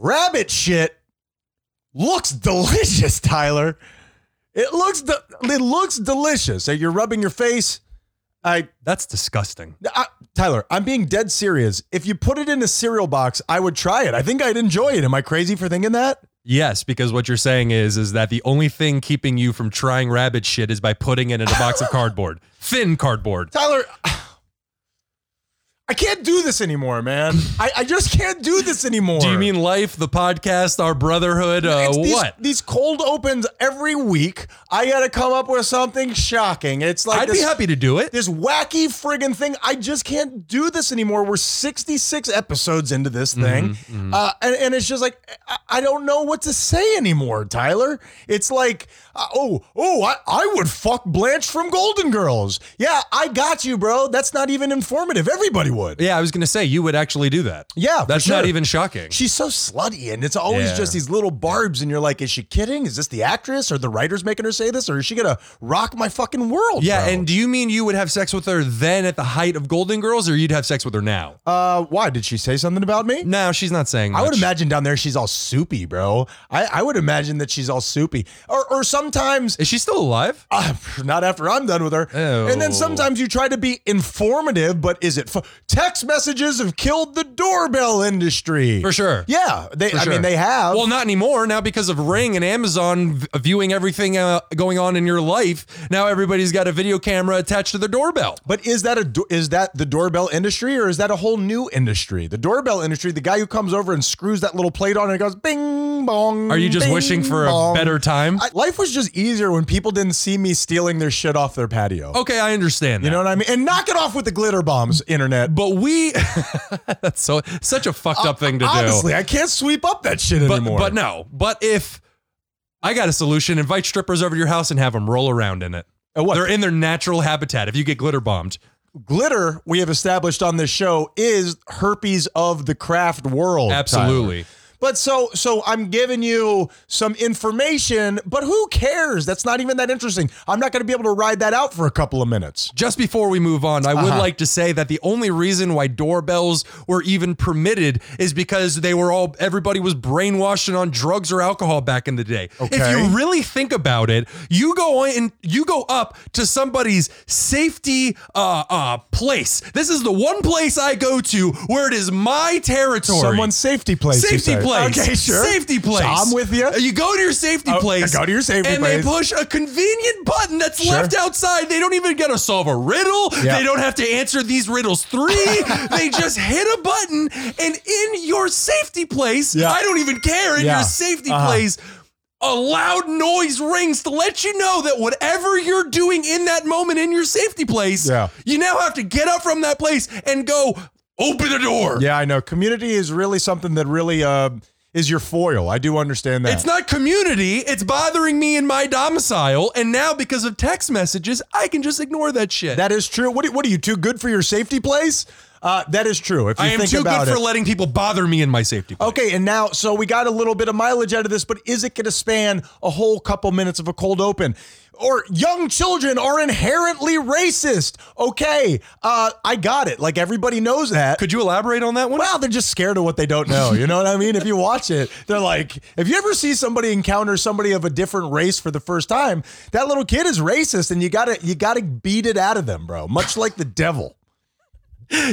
rabbit shit looks delicious, Tyler. It looks de- it looks delicious. So you're rubbing your face. I, That's disgusting. I Tyler, I'm being dead serious. If you put it in a cereal box, I would try it. I think I'd enjoy it. Am I crazy for thinking that? Yes, because what you're saying is is that the only thing keeping you from trying rabbit shit is by putting it in a box of cardboard. Thin cardboard. Tyler, I can't do this anymore, man. I, I just can't do this anymore. Do you mean life, the podcast, our brotherhood? Uh, It's these, what? These cold opens every week. I got to come up with something shocking. It's like I'd this, be happy to do it. this wacky friggin' thing. I just can't do this anymore. We're 66 episodes into this Mm-hmm, thing. Uh, and, and it's just like, I, I don't know what to say anymore, Tyler. It's like, uh, oh, oh, I, I would fuck Blanche from Golden Girls. Yeah, I got you, bro. That's not even informative. Everybody would. Yeah, I was gonna say you would actually do that. Yeah, for that's not sure. even shocking. She's so slutty, and it's always Yeah. just these little barbs, and you're like, is she kidding? Is this the actress or the writers making her say this, or is she gonna rock my fucking world? Yeah, bro? and do you mean you would have sex with her then at the height of Golden Girls, or you'd have sex with her now? uh, why did she say something about me? No, she's not saying. I would much. imagine down there she's all soupy, bro. I, I would imagine that she's all soupy, or or sometimes. Is she still alive? Uh, not after I'm done with her. And then Ew. sometimes you try to be informative, but is it fu- text messages have killed the doorbell industry For sure. Yeah, they. I sure. mean, they have. Well, not anymore now because of Ring and Amazon v- viewing everything uh, going on in your life. Now everybody's got a video camera attached to their doorbell. But is that a do- is that the doorbell industry or is that a whole new industry? The doorbell industry, the guy who comes over and screws that little plate on and it goes bing bong. Are you just bing, wishing for bong. a better time? I- life was just easier when people didn't see me stealing their shit off their patio. okay, I understand. That. You know what I mean? And knock it off with the glitter bombs, internet. but we that's so such a fucked up thing to do. Honestly, I can't sweep up that shit But anymore. but no. But if I got a solution, invite strippers over to your house and have them roll around in it. Uh, what? They're in their natural habitat. If you get glitter bombed, glitter we have established on this show is herpes of the craft world. Tyler. absolutely. But so so I'm giving you some information, but who cares? That's not even that interesting. I'm not going to be able to ride that out for a couple of minutes. Just before we move on, I would like to say that the only reason why doorbells were even permitted is because they were all everybody was brainwashed and on drugs or alcohol back in the day. If Okay. you really think about it, you go in, you go up to somebody's safety uh, uh, place. This is the one place I go to where it is my territory. Someone's safety place. you Safety say. place. Okay, sure. Safety place. Uh, I'm with you. You go to your safety Oh, place. go to your safety and place. they push a convenient button that's left outside. They don't even gotta solve a riddle. Yeah. They don't have to answer these riddles three. they just hit a button and in your safety place, Yeah. I don't even care, in Yeah. your safety Uh-huh. place. A loud noise rings to let you know that whatever you're doing in that moment in your safety place, Yeah. you now have to get up from that place and go open the door. Yeah, I know. Community is really something that really uh, is your foil. I do understand that. It's not community. It's bothering me in my domicile. And now, because of text messages, I can just ignore that shit. that is true. What, are- what are you too good for your safety place? Uh, that is true. If you I am think too about good it. for letting people bother me in my safety. Place. Okay, and now, so we got a little bit of mileage out of this, but is it going to span a whole couple minutes of a cold open? Or young children are inherently racist. Okay, uh, I got it. Like everybody knows that. Could you elaborate on that one? well, they're just scared of what they don't know. You know what I mean? If you watch it, they're like, if you ever see somebody encounter somebody of a different race for the first time, that little kid is racist, and you gotta you gotta beat it out of them, bro. Much like the devil.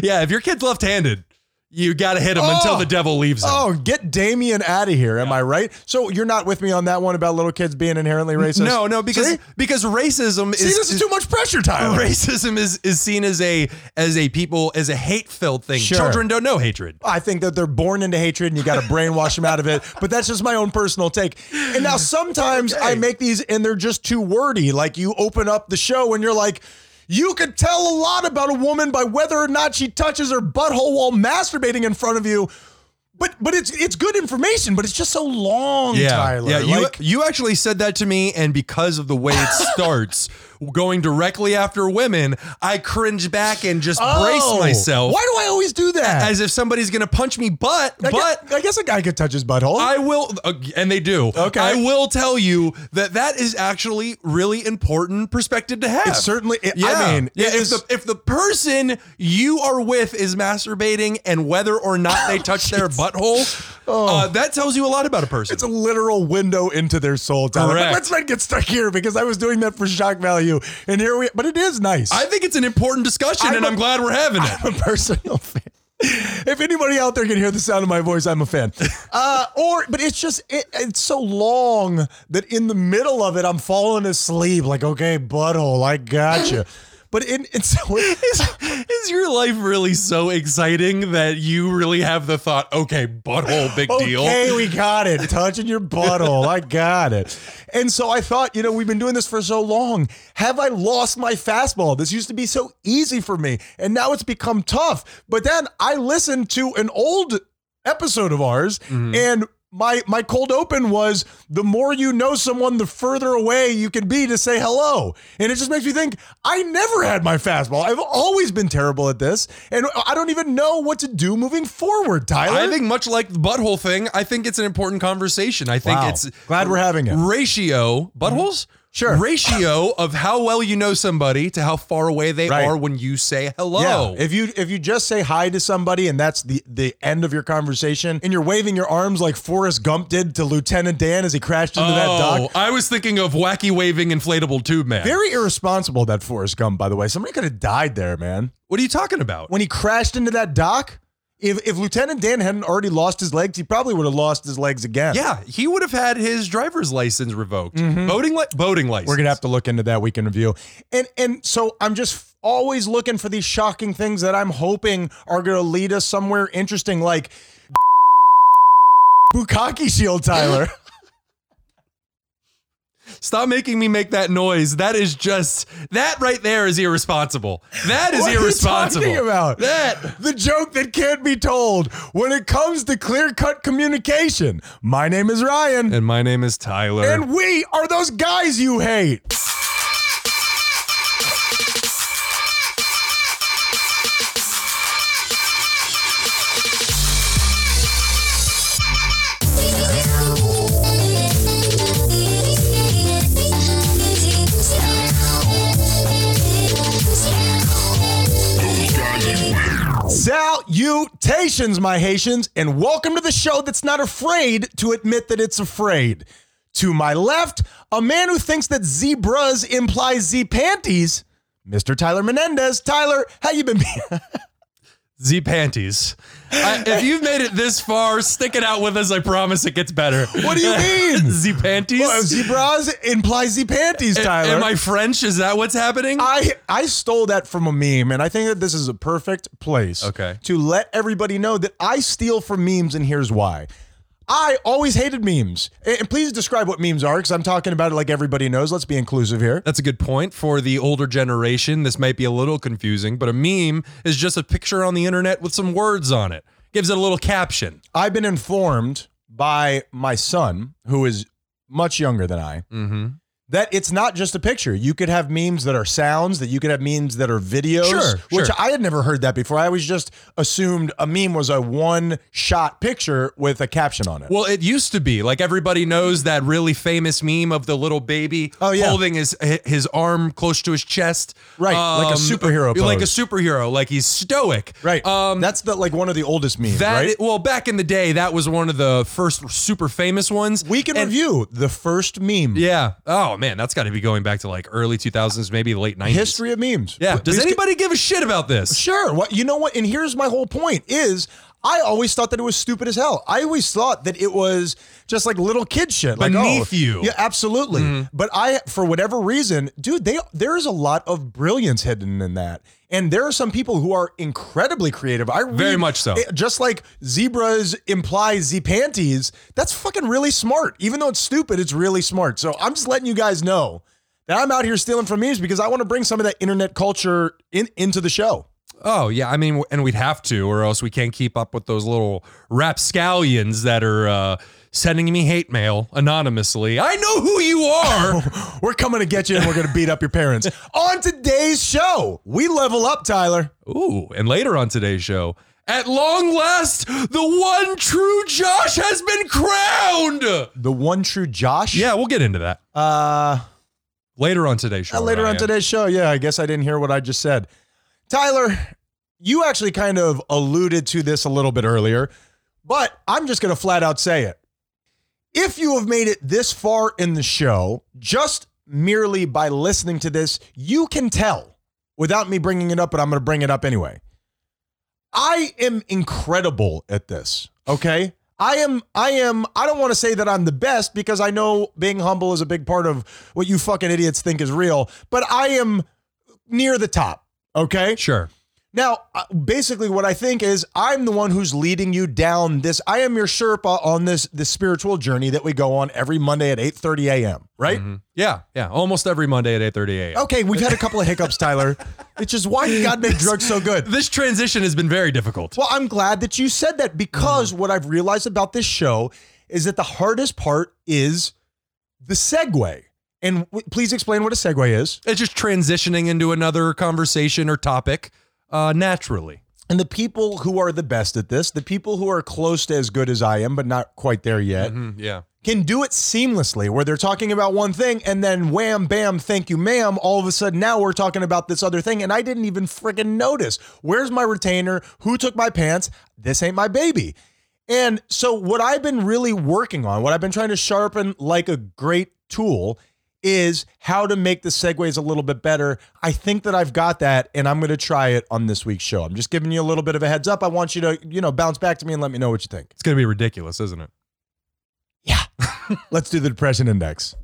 yeah, if your kid's left-handed, you gotta hit him until the devil leaves him. Oh, get Damien out of here. Am I right? So you're not with me on that one about little kids being inherently racist? no, no, because See? because racism See, is, this is too much pressure, Tyler. racism is is seen as a as a people as a hate-filled thing. Sure. Children don't know hatred. I think that they're born into hatred and you got to brainwash them out of it. But that's just my own personal take. And now sometimes I make these and they're just too wordy. Like you open up the show and you're like, you could tell a lot about a woman by whether or not she touches her butthole while masturbating in front of you. But but it's it's good information, but it's just so long, Tyler. Yeah, you, Like- you actually said that to me, and because of the way it starts, going directly after women, I cringe back and just Oh, brace myself Why do I always do that? as if somebody's gonna punch me. But I gue- but I guess a guy could touch his butthole. I will, uh, and they do. Okay. I will tell you that that is actually really important perspective to have. It certainly- it- I mean, yeah. it If is- the if the person you are with is masturbating, and whether or not they touch their butthole, Oh. uh, that tells you a lot about a person. it's a literal window into their soul. Tyler. But Correct. let's not get stuck here because I was doing that for shock value, and here we. But it is nice. I think it's an important discussion, I'm and a- I'm glad we're having it. I'm a personal fan. If anybody out there can hear the sound of my voice, I'm a fan. Uh, or, but it's just it, it's so long that in the middle of it, I'm falling asleep. Like, okay, butthole, I gotcha. But in, it's Is, is your life really so exciting that you really have the thought, okay, butthole, big deal? Okay, we got it. Touching your butthole. I got it. And so I thought, you know, we've been doing this for so long. Have I lost my fastball? This used to be so easy for me, and now it's become tough. But then I listened to an old episode of ours, Mm-hmm. and my my cold open was the more you know someone, the further away you can be to say hello. And it just makes me think, I never had my fastball. I've always been terrible at this. And I don't even know what to do moving forward, Tyler. I think much like the butthole thing, I think it's an important conversation. I think Wow. it's glad we're having it. ratio buttholes. Sure. Ratio of how well you know somebody to how far away they Right. are when you say hello. Yeah. If you if you just say hi to somebody and that's the the end of your conversation and you're waving your arms like Forrest Gump did to Lieutenant Dan as he crashed into that oh, dock. I was thinking of wacky waving inflatable tube man. Very irresponsible that Forrest Gump, by the way. Somebody could have died there, man. what are you talking about? When he crashed into that dock, if if Lieutenant Dan hadn't already lost his legs, he probably would have lost his legs again. yeah, he would have had his driver's license revoked. Boating li- boating license. We're gonna have to look into that weekend review. And and so I'm just always looking for these shocking things that I'm hoping are gonna lead us somewhere interesting, like Bukaki Shield, Tyler. Stop making me make that noise. That is just that right there is irresponsible. That is What are you irresponsible. talking about? That the joke that can't be told when it comes to clear-cut communication. My name is Ryan, and my name is Tyler. and we are those guys you hate. Salutations, my Haitians, and welcome to the show that's not afraid to admit that it's afraid. To my left, a man who thinks that zebras implies z panties. Mr. Tyler Menendez. Tyler, how you been? Z panties. I, if you've made it this far, stick it out with us. I promise it gets better. What do you mean? Z panties? Oh, zebras implies z panties, Tyler. Am I French? Is that what's happening? I I stole that from a meme, and I think that this is a perfect place Okay. to let everybody know that I steal from memes, and here's why. I always hated memes. And and please describe what memes are, because I'm talking about it like everybody knows. Let's be inclusive here. That's a good point for the older generation. This might be a little confusing, but a meme is just a picture on the internet with some words on it. Gives it a little caption. I've been informed by my son, who is much younger than I, Mm-hmm. that it's not just a picture. You could have memes that are sounds, that you could have memes that are videos, Sure, which sure. I had never heard that before. I always just assumed a meme was a one shot picture with a caption on it. Well, it used to be like everybody knows that really famous meme of the little baby Oh, yeah. holding his his arm close to his chest, Um, Right, like a superhero like a pose. superhero, like he's stoic, Right. Um, That's the like one of the oldest memes, that right? well, back in the day, that was one of the first super famous ones. we can and- review the first meme. yeah. Oh man, that's got to be going back to like early 2000s, maybe late 90s. History of memes. Yeah. But Does these- anybody give a shit about this? Sure. What you know what? And here's my whole point is I always thought that it was stupid as hell. I always thought that it was just like little kid shit. Like Beneath oh, you. Mm-hmm. Yeah, absolutely. But I for whatever reason, dude, they there is a lot of brilliance hidden in that. And there are some people who are incredibly creative. I Very read- much so. it- just like zebras imply z panties, that's fucking really smart. Even though it's stupid, it's really smart. So I'm just letting you guys know that I'm out here stealing from memes because I want to bring some of that internet culture in into the show. Oh yeah, I mean, and we'd have to, or else we can't keep up with those little rapscallions that are uh, sending me hate mail anonymously. I know who you are. We're coming to get you and we're going to beat up your parents. On today's show, we level up, Tyler. Ooh, and later on today's show, at long last, the one true Josh has been crowned. The one true Josh. Yeah, we'll get into that Uh, later on today's show. uh, later on Ryan. today's show, yeah, I guess I didn't hear what I just said. Tyler, you actually kind of alluded to this a little bit earlier, but I'm just going to flat out say it. If you have made it this far in the show, just merely by listening to this, you can tell without me bringing it up, but I'm going to bring it up anyway. I am incredible at this. Okay. I am, I am, I don't want to say that I'm the best because I know being humble is a big part of what you fucking idiots think is real, but I am near the top. Okay. Sure. Now, uh, basically, what I think is I'm the one who's leading you down this. I am your Sherpa on this this spiritual journey that we go on every Monday at 8:30 a.m. Right? Mhm. Yeah, yeah. Almost every Monday at 8:30 a.m. Okay, we've had a couple of hiccups, Tyler. It's just why did God make drugs so good? This transition has been very difficult. Well, I'm glad that you said that because what I've realized about this show is that the hardest part is the segue. And w- please explain what a segue is. It's just transitioning into another conversation or topic uh, naturally. And the people who are the best at this, the people who are close to as good as I am, but not quite there yet, Hmm, Yeah. can do it seamlessly where they're talking about one thing and then wham, bam, thank you, ma'am. All of a sudden now we're talking about this other thing and I didn't even friggin' notice. Where's my retainer? Who took my pants? This ain't my baby. And so, what I've been really working on, what I've been trying to sharpen like a great tool is how to make the segues a little bit better. I think that I've got that and I'm going to try it on this week's show. I'm just giving you a little bit of a heads up. I want you to, you know, bounce back to me and let me know what you think. It's going to be ridiculous, isn't it? Yeah. Let's do the depression index.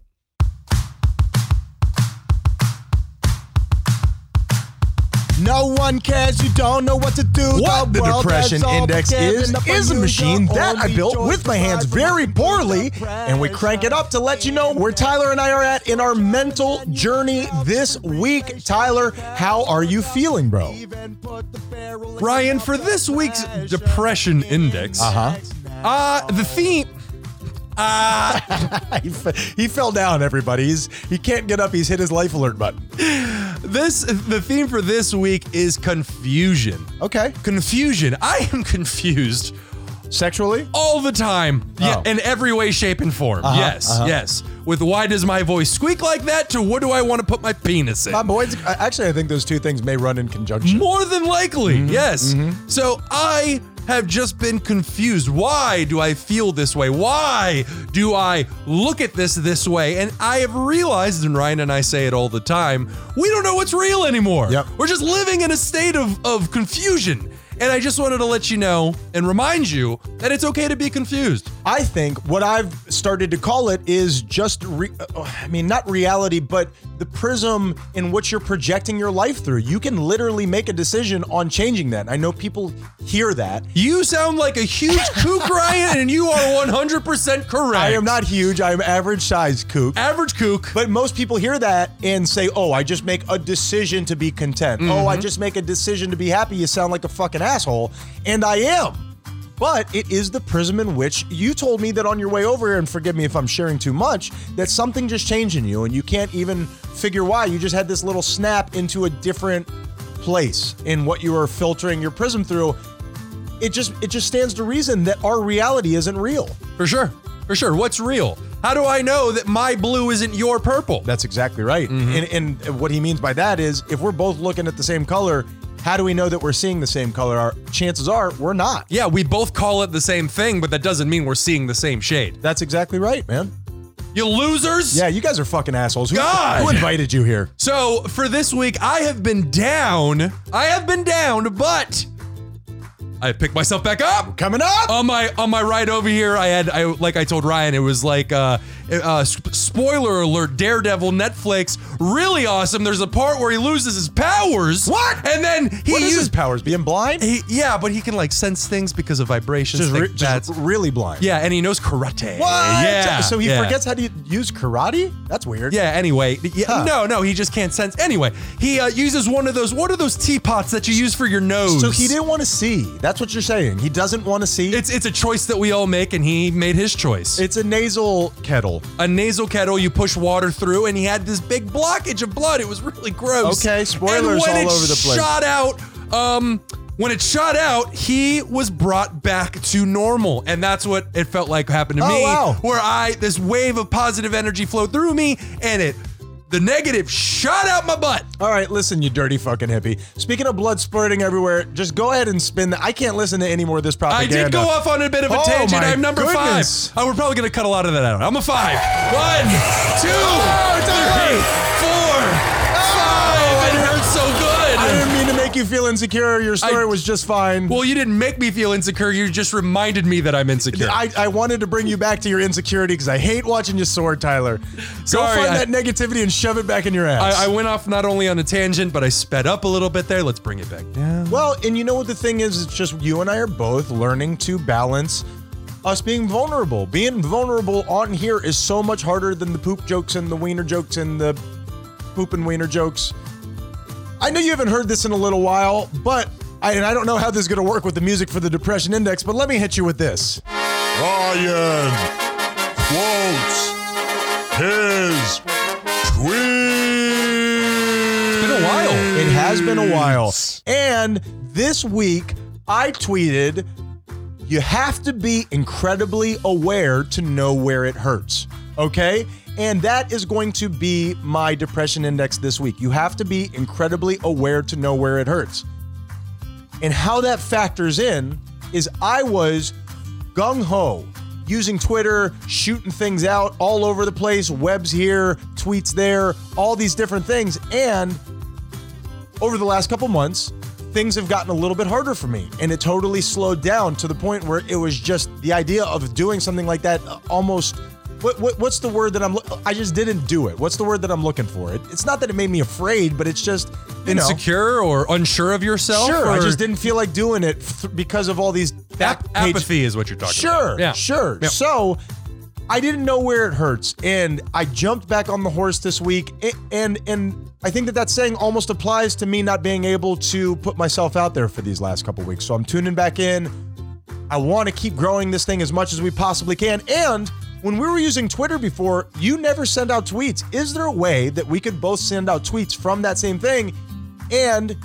No one cares. You don't know what to do. What the, the world depression has all index given is, up on is a you. machine Your that I only built choice with my is hands to very rise poorly, above and we crank it up to let you know where Tyler and I are at in our mental journey this week. Tyler, how are you feeling, bro? Ryan, for this week's depression index, Uh-huh. uh, the theme. Uh, he, f- he fell down. Everybody, he's he can't get up. He's hit his life alert button. this the theme for this week is confusion. Okay, Confusion. I am confused sexually. all the time. Yeah, Oh. Uh-huh, in every way, shape, and form. yes, yes. With why does my voice squeak like that to what do I want to put my penis in? Oh, My boys, I- actually, I think those two things may run in conjunction. More than likely, Mm-hmm. yes. So I have just been confused. Why do I feel this way? Why do I look at this this way? And I have realized, and Ryan and I say it all the time, we don't know what's real anymore. Yep. We're just living in a state of, of confusion. And I just wanted to let you know and remind you that it's okay to be confused. I think what I've started to call it is just, re- uh, I mean, not reality, but the prism in which you're projecting your life through. You can literally make a decision on changing that. I know people hear that. You sound like a huge kook, Ryan, and you are 100% correct. I am not huge, I am average size kook. average kook. But most people hear that and say, oh, I just make a decision to be content. Oh, I just make a decision to be happy. You sound like a fucking asshole. And I am. But it is the prism in which you told me that on your way over here, and forgive me if I'm sharing too much, that something just changed in you and you can't even figure why. You just had this little snap into a different place in what you were filtering your prism through. It just it just stands to reason that our reality isn't real. For sure. For sure. What's real? How do I know that my blue isn't your purple? That's exactly right. Mm-hmm. And, and what he means by that is if we're both looking at the same color, how do we know that we're seeing the same color? Our chances are we're not. yeah, we both call it the same thing, but that doesn't mean we're seeing the same shade. That's exactly right, man. You losers! Yeah, you guys are fucking assholes. Who, God! who invited you here? So for this week, I have been down. I have been down, but I picked myself back up. Coming up. On my on my ride over here, I had I like I told Ryan, it was like uh, uh sp- spoiler alert, Daredevil Netflix, really awesome. There's a part where he loses his powers. What? And then he what is uses his powers? Being blind? He, yeah, but he can like sense things because of vibrations. Just, like re- just that's- really blind. yeah, and he knows karate. What? Yeah. So he yeah. forgets how to use karate? That's weird. Yeah. Anyway, yeah, Huh. no, no, he just can't sense. Anyway, he uh, uses one of those. What are those teapots that you use for your nose? So he didn't want to see. That's That's what you're saying. He doesn't want to see. It's it's a choice that we all make, and he made his choice. it's a nasal kettle. a nasal kettle you push water through, and he had this big blockage of blood. It was really gross. Okay, and spoilers when all it over the place. Shot out. Um, when it shot out, he was brought back to normal, and that's what it felt like happened to Oh, me. wow. Where I this wave of positive energy flowed through me, and it the negative shot out my butt. All right, listen, you dirty fucking hippie. Speaking of blood splurting everywhere, just go ahead and spin that. I can't listen to any more of this I propaganda. did go off on a bit of a Oh, tangent. my I'm number goodness. five. Oh, we're probably gonna cut a lot of that out. I'm a five. One, two, Oh, it's three, four, five. It hurts so good. I didn't mean to make you feel insecure. Your story I- was just fine. well, you didn't make me feel insecure. You just reminded me that I'm insecure. I, I wanted to bring you back to your insecurity because I hate watching you soar, Tyler. Sorry, go find I- that negativity and shove it back in your ass. I, I went off not only on a tangent, but I sped up a little bit there. Let's bring it back down. Well, and you know what the thing is? It's just you and I are both learning to balance us being vulnerable. Being vulnerable on here is so much harder than the poop jokes and the wiener jokes and the poop and wiener jokes. I know you haven't heard this in a little while, but I, and I don't know how this is going to work with the music for the Depression Index, but let me hit you with this. Ryan quotes his tweet. It's been a while. It has been a while. And this week, I tweeted, you have to be incredibly aware to know where it hurts. Okay? And that is going to be my depression index this week. You have to be incredibly aware to know where it hurts. And how that factors in is I was gung ho using Twitter, shooting things out all over the place, webs here, tweets there, all these different things. And over the last couple months, things have gotten a little bit harder for me and it totally slowed down to the point where it was just the idea of doing something like that uh, almost what, what, what's the word that I'm lo- I just didn't do it. What's the word that I'm looking for? It, it's not that it made me afraid, but it's just you know Insecure or unsure of yourself? Sure, I or- just didn't feel like doing it th- because of all these back Ap- page apathy is what you're talking about. Sure, Yeah. sure. Yeah. So I didn't know where it hurts, and I jumped back on the horse this week, a- and and I think that that saying almost applies to me not being able to put myself out there for these last couple weeks. So I'm tuning back in. I want to keep growing this thing as much as we possibly can, and. When we were using Twitter before, you never send out tweets. Is there a way that we could both send out tweets from that same thing and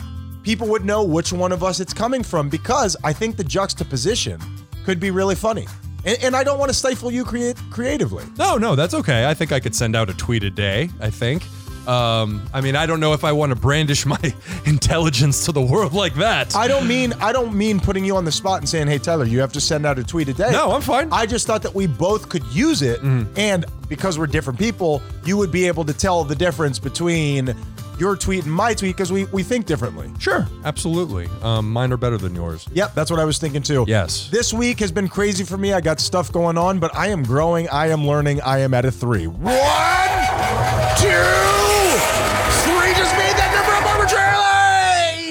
people would know which one of us it's coming from because I think the juxtaposition could be really funny. And, and I don't want to stifle you create creatively. No, no, that's okay. I think I could send out a tweet a day, I think. Um, I mean, I don't know if I want to brandish my intelligence to the world like that. I don't mean I don't mean putting you on the spot and saying, "Hey Tyler, you have to send out a tweet a day." No, I'm fine. Mm-hmm. I just thought that we both could use it, and because we're different people, you would be able to tell the difference between your tweet and my tweet because we we think differently. sure. Absolutely. Um, mine are better than yours. Yep, that's what I was thinking too. Yes. This week has been crazy for me. I got stuff going on, but I am growing. I am learning. I am at a three. One, two, three. Just made that number up arbitrarily.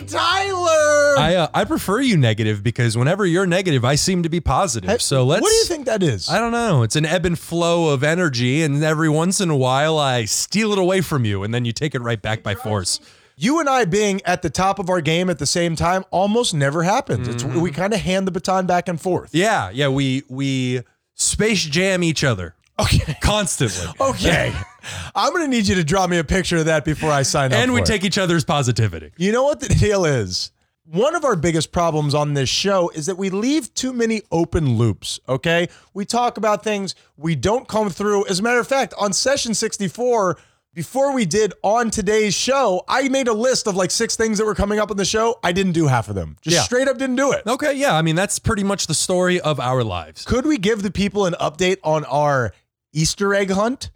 Tyler. I, uh, I prefer you negative because whenever you're negative, I seem to be positive. so let's. What do you think that is? I don't know. It's an ebb and flow of energy, and every once in a while, I steal it away from you, and then you take it right back by force. you and I being at the top of our game at the same time almost never happens. It's we kind of hand the baton back and forth. Mm-hmm. Yeah, yeah. We we space jam each other Okay. constantly. Okay. I'm gonna need you to draw me a picture of that before I sign up. and we for it. take each other's positivity. You know what the deal is? One of our biggest problems on this show is that we leave too many open loops, okay? We talk about things we don't come through. As a matter of fact, on session 64, before we did on today's show, I made a list of like six things that were coming up on the show. I didn't do half of them. Just Yeah. straight up didn't do it. Okay, yeah. I mean, that's pretty much the story of our lives. Could we give the people an update on our Easter egg hunt?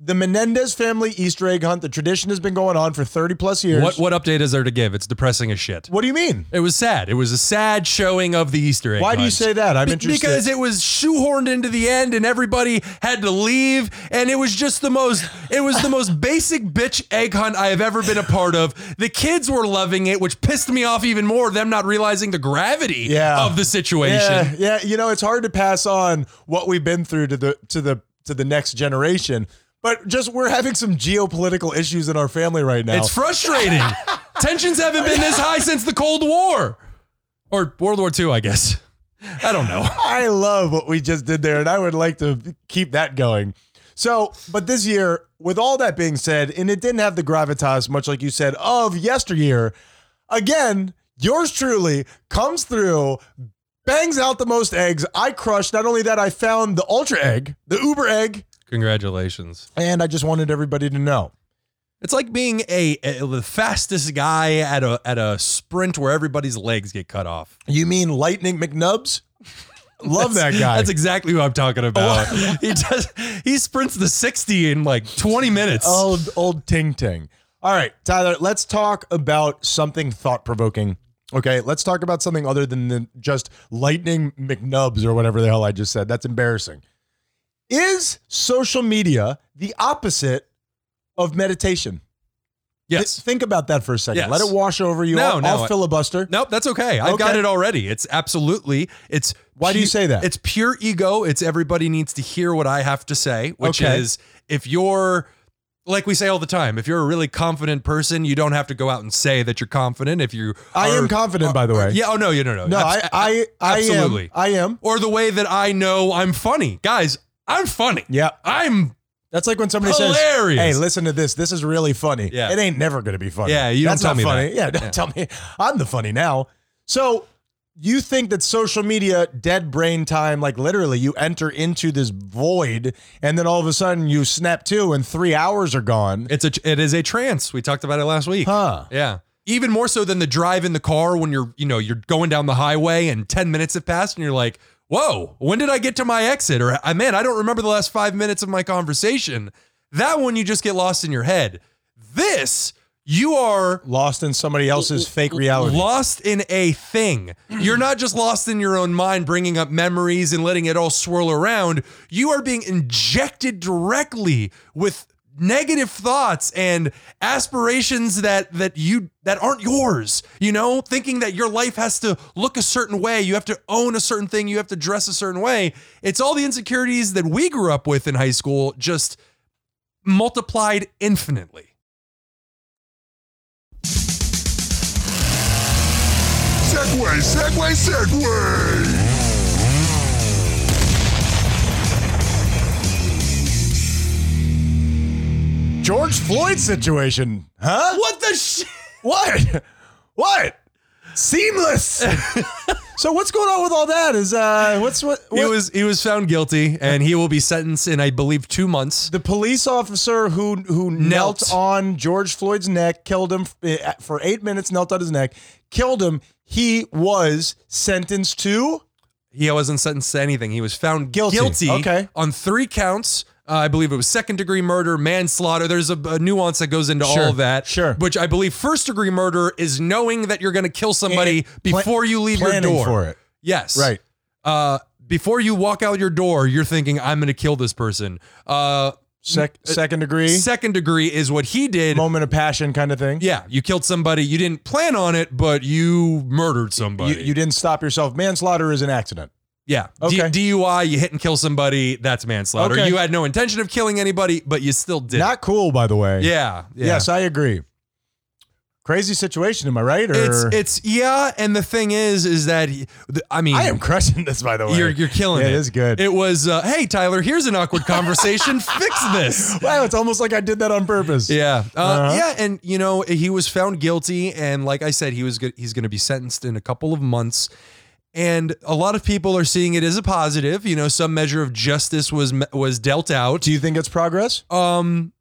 The Menendez family Easter egg hunt, the tradition has been going on for 30 plus years. What what update is there to give? It's depressing as shit. what do you mean? It was sad. It was a sad showing of the Easter egg. Why do you hunt. say that? I'm Be- interested. Because it was shoehorned into the end, and everybody had to leave, and it was just the most. It was the most basic bitch egg hunt I have ever been a part of. The kids were loving it, which pissed me off even more. Them not realizing the gravity Yeah. of the situation. Yeah, yeah, you know, it's hard to pass on what we've been through to the to the to the next generation. But just we're having some geopolitical issues in our family right now. It's frustrating. Tensions haven't been this high since the Cold War. or World War II, I guess. I don't know. I love what we just did there, and I would like to keep that going. So, but this year, with all that being said, and it didn't have the gravitas, much like you said, of yesteryear, again, yours truly comes through, bangs out the most eggs. I crushed. Not only that, I found the ultra egg, the uber egg, Congratulations. and I just wanted everybody to know. It's like being a, a- the fastest guy at a at a sprint where everybody's legs get cut off. You mean Lightning McNubbs? Love that guy. Oh. That's exactly who I'm talking about. he does he sprints the 60 in like 20 minutes. Old old ting ting. All right, Tyler, let's talk about something thought provoking. Okay, let's talk about something other than the, just lightning McNubbs or whatever the hell I just said. That's embarrassing. Is social media the opposite of meditation? Th- yes. think about that for a second. Yes. Let it wash over you. No, I'll, no, I'll I- filibuster. Nope, that's okay. I've got Okay. it already. It's absolutely. It's Why do you say that? It's pure ego. It's everybody needs to hear what I have to say, which Okay. is if you're like we say all the time, if you're a really confident person, you don't have to go out and say that you're confident. If you, I am are- confident, by the way. Yeah. Oh no, you no, no. No, I, Abs- I, I am. absolutely. I am. or the way that I know I'm funny, guys. I'm funny. Yeah. I'm. That's like when somebody Hilarious. says, "Hey, listen to this. This is really funny." Yeah. It ain't never going to be funny. Yeah, you don't That's tell not me funny. that. Yeah, don't Yeah. tell me. I'm the funny now. So, you think that social media dead brain time like literally you enter into this void and then all of a sudden you snap to and 3 hours are gone. It's a. It is a trance. We talked about it last week. Huh. Yeah. Even more so than the drive in the car when you're, you know, you're going down the highway and 10 minutes have passed and you're like, whoa, when did I get to my exit? Or, I man, I don't remember the last five minutes of my conversation. That one, you just get lost in your head. This, you are Lost in somebody else's fake reality. lost in a thing. You're not just lost in your own mind, bringing up memories and letting it all swirl around. You are being injected directly with negative thoughts and aspirations that that you that aren't yours you know thinking that your life has to look a certain way you have to own a certain thing you have to dress a certain way it's all the insecurities that we grew up with in high school just multiplied infinitely Segway, segway, segway. George Floyd situation. Huh? what the shit What? What? Seamless. so what's going on with all that? Is uh what's what, what He was he was found guilty and he will be sentenced in I believe two months. The police officer who who knelt, Knelt. on George Floyd's neck, killed him eh, for eight minutes, knelt on his neck, killed him. He was sentenced to He wasn't sentenced to anything. He was found Guilty. guilty, Okay. on three counts. Uh, I believe it was second degree murder, manslaughter. There's a, a nuance that goes into Sure, all of that. sure. Which I believe first degree murder is knowing that you're going to kill somebody And pla- before you leave your planning door. for it. Yes. Right. Uh, before you walk out your door, you're thinking, I'm going to kill this person. Uh, Sec- second degree, second degree is what he did. moment of passion kind of thing. Yeah, you killed somebody. You didn't plan on it, but you murdered somebody. You, you didn't stop yourself. Manslaughter is an accident. yeah. Okay. D- DUI, you hit and kill somebody. That's manslaughter. Okay. You had no intention of killing anybody, but you still did. it. Not cool, by the way. yeah. Yeah. Yes, I agree. Crazy situation, am I right? Or It's it's yeah, and the thing is, is that he- th- I mean, I am crushing this, by the way. you're you're killing Yeah, it. it is good. It was uh, hey Tyler, here's an awkward conversation. Fix this. wow, it's almost like I did that on purpose. Yeah, uh, Uh-huh. yeah, and you know he was found guilty, and like I said, he was go- he's going to be sentenced in a couple of months. And a lot of people are seeing it as a positive. You know, some measure of justice was me- was dealt out. Do you think it's progress? Um,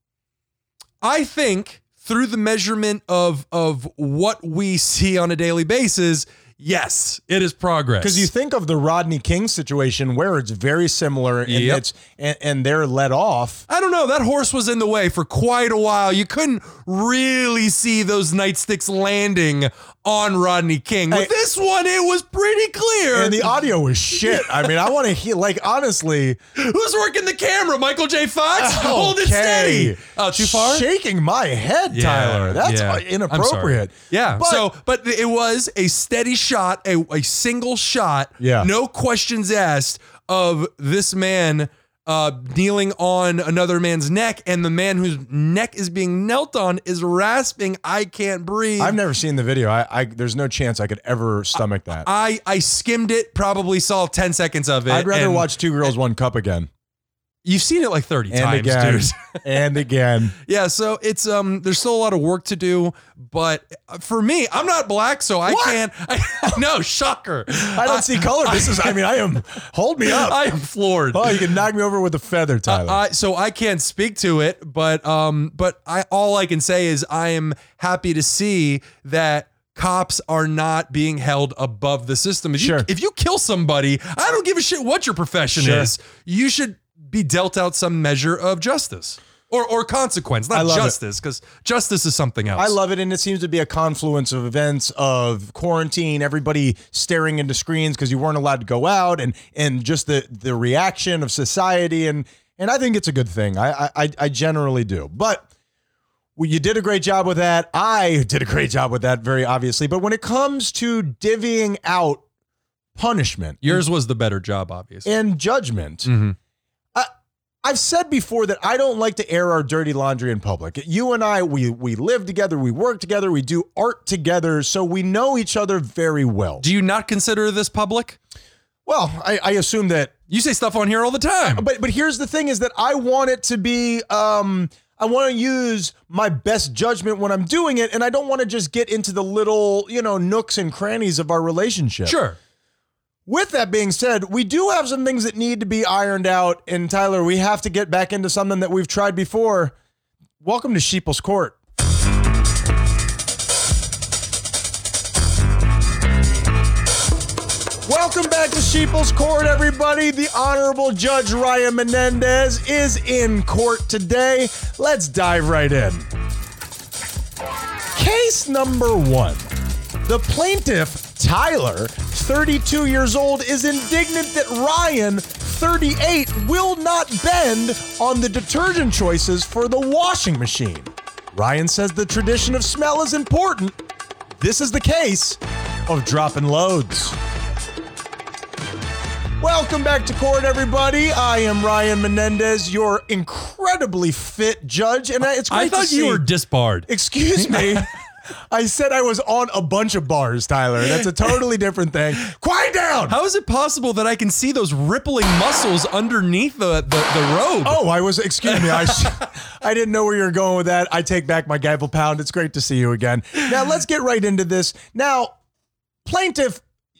I think through the measurement of of what we see on a daily basis, yes, it is progress. Because you think of the Rodney King situation where it's very similar and Yep. it's and, and they're let off. I don't know. That horse was in the way for quite a while. You couldn't really see those nightsticks landing on Rodney King. With Hey. this one, it was pretty clear. And the audio was shit. I mean, I want to hear like honestly. Who's working the camera? Michael J. Fox? Hold Oh, it okay. steady. Oh, too far? Shaking my head, Tyler. That's yeah. uh, I'm sorry. inappropriate. Yeah. But so, but it was a steady shot, a, a single shot. Yeah. No questions asked of this man. uh, kneeling on another man's neck, and the man whose neck is being knelt on is rasping, "I can't breathe." I've never seen the video. I, I there's no chance I could ever stomach that. I I skimmed it, probably saw 10 seconds of it. I'd rather and watch Two Girls One Cup again You've seen it like 30 and times, again dude. and again. Yeah, so it's um there's still a lot of work to do, but uh, for me, I'm not black, so I What? can't I no, shocker. I don't see color. This is. I mean, I am. Hold me up. I am floored. oh, you can knock me over with a feather, Tyler. I, so I can't speak to it, but um, but I all I can say is I am happy to see that cops are not being held above the system. If Sure. You, if you kill somebody, I don't give a shit what your profession Sure. is. You should be dealt out some measure of justice or or consequence, I not love it. justice, because justice is something else. I love it, and it seems to be a confluence of events of quarantine, everybody staring into screens because you weren't allowed to go out, and and just the the reaction of society, and and I think it's a good thing. I I- I, I generally do, but. Well, you did a great job with that. I did a great job with that, very obviously. But when it comes to divvying out punishment Yours was the better job, obviously. and judgment, Mm-hmm. I've said before that I don't like to air our dirty laundry in public. You and I, we we live together, we work together, we do art together, so we know each other very well. Do you not consider this public? well, I, I assume that, You say stuff on here all the time. but but here's the thing: is that I want it to be. Um, I want to use my best judgment when I'm doing it, and I don't want to just get into the little, you know, nooks and crannies of our relationship. Sure. With that being said, we do have some things that need to be ironed out. And Tyler, we have to get back into something that we've tried before. Welcome to Sheeple's Court. Welcome back to Sheeple's Court, everybody. The Honorable Judge Ryan Menendez is in court today. Let's dive right in. Case number one. The plaintiff, Tyler, 32 years old, is indignant that Ryan, 38, will not bend on the detergent choices for the washing machine. Ryan says the tradition of smell is important. This is the case of dropping loads. Welcome back to court, everybody. I am Ryan Menendez, your incredibly fit judge, and I- it's great I to thought see you were disbarred. Excuse me. I said I was on a bunch of bars, Tyler. That's a totally different thing. Quiet down. How is it possible that I can see those rippling muscles underneath the, the, the robe? Oh, I was. Excuse me. I, sh- I didn't know where you were going with that. I take back my gavel pound. It's great to see you again. Now let's get right into this. Now, plaintiff,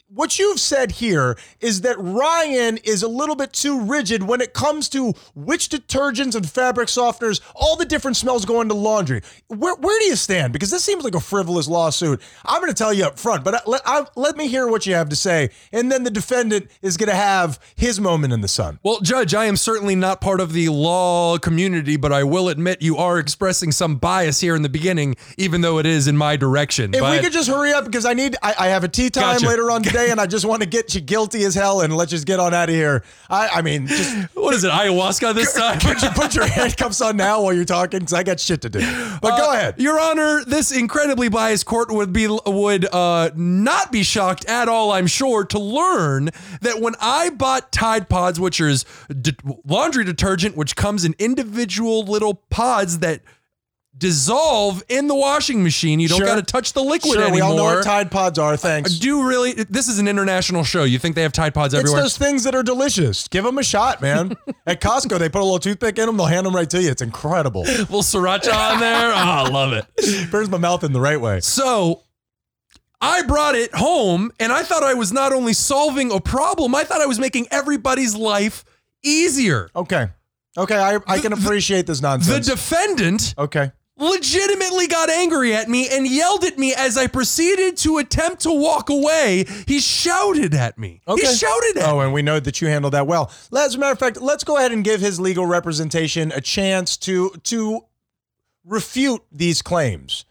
what you've said here is that Ryan is a little bit too rigid when it comes to which detergents and fabric softeners, all the different smells go into laundry. Where, where do you stand? Because this seems like a frivolous lawsuit. I'm going to tell you up front, but I- let, I, let me hear what you have to say, and then the defendant is going to have his moment in the sun. Well, Judge, I am certainly not part of the law community, but I will admit you are expressing some bias here in the beginning, even though it is in my direction. If but we could just hurry up because I need I, I have a tea time Gotcha. later on today and I just want to get you guilty as hell and let's just get on out of here. I I mean just what is it, ayahuasca this time? put your, put your handcuffs on now while you're talking because I got shit to do. But go Uh, ahead. Your Honor, this incredibly biased court would be would uh, not be shocked at all, I'm sure, to learn that when I bought Tide Pods, which is de- laundry detergent, which comes in individual little pods that dissolve in the washing machine, you don't Sure. got to touch the liquid Sure, anymore. Uh, we all know what Tide Pods are. Thanks. do really? This is an international show. You think they have Tide Pods it's everywhere? those things that are delicious. Give them a shot, man. At Costco, they put a little toothpick in them. They'll hand them right to you. It's incredible. little sriracha on there. Oh, I love it. Burns my mouth in the right way. So I brought it home and I thought I was not only solving a problem, I thought I was making everybody's life easier. Okay. Okay, I, I can appreciate this The nonsense. defendant okay. legitimately got angry at me and yelled at me as I proceeded to attempt to walk away. He shouted at me. Okay. He shouted at Oh, me. and we know that you handled that well. As a matter of fact, let's go ahead and give his legal representation a chance to to refute these claims.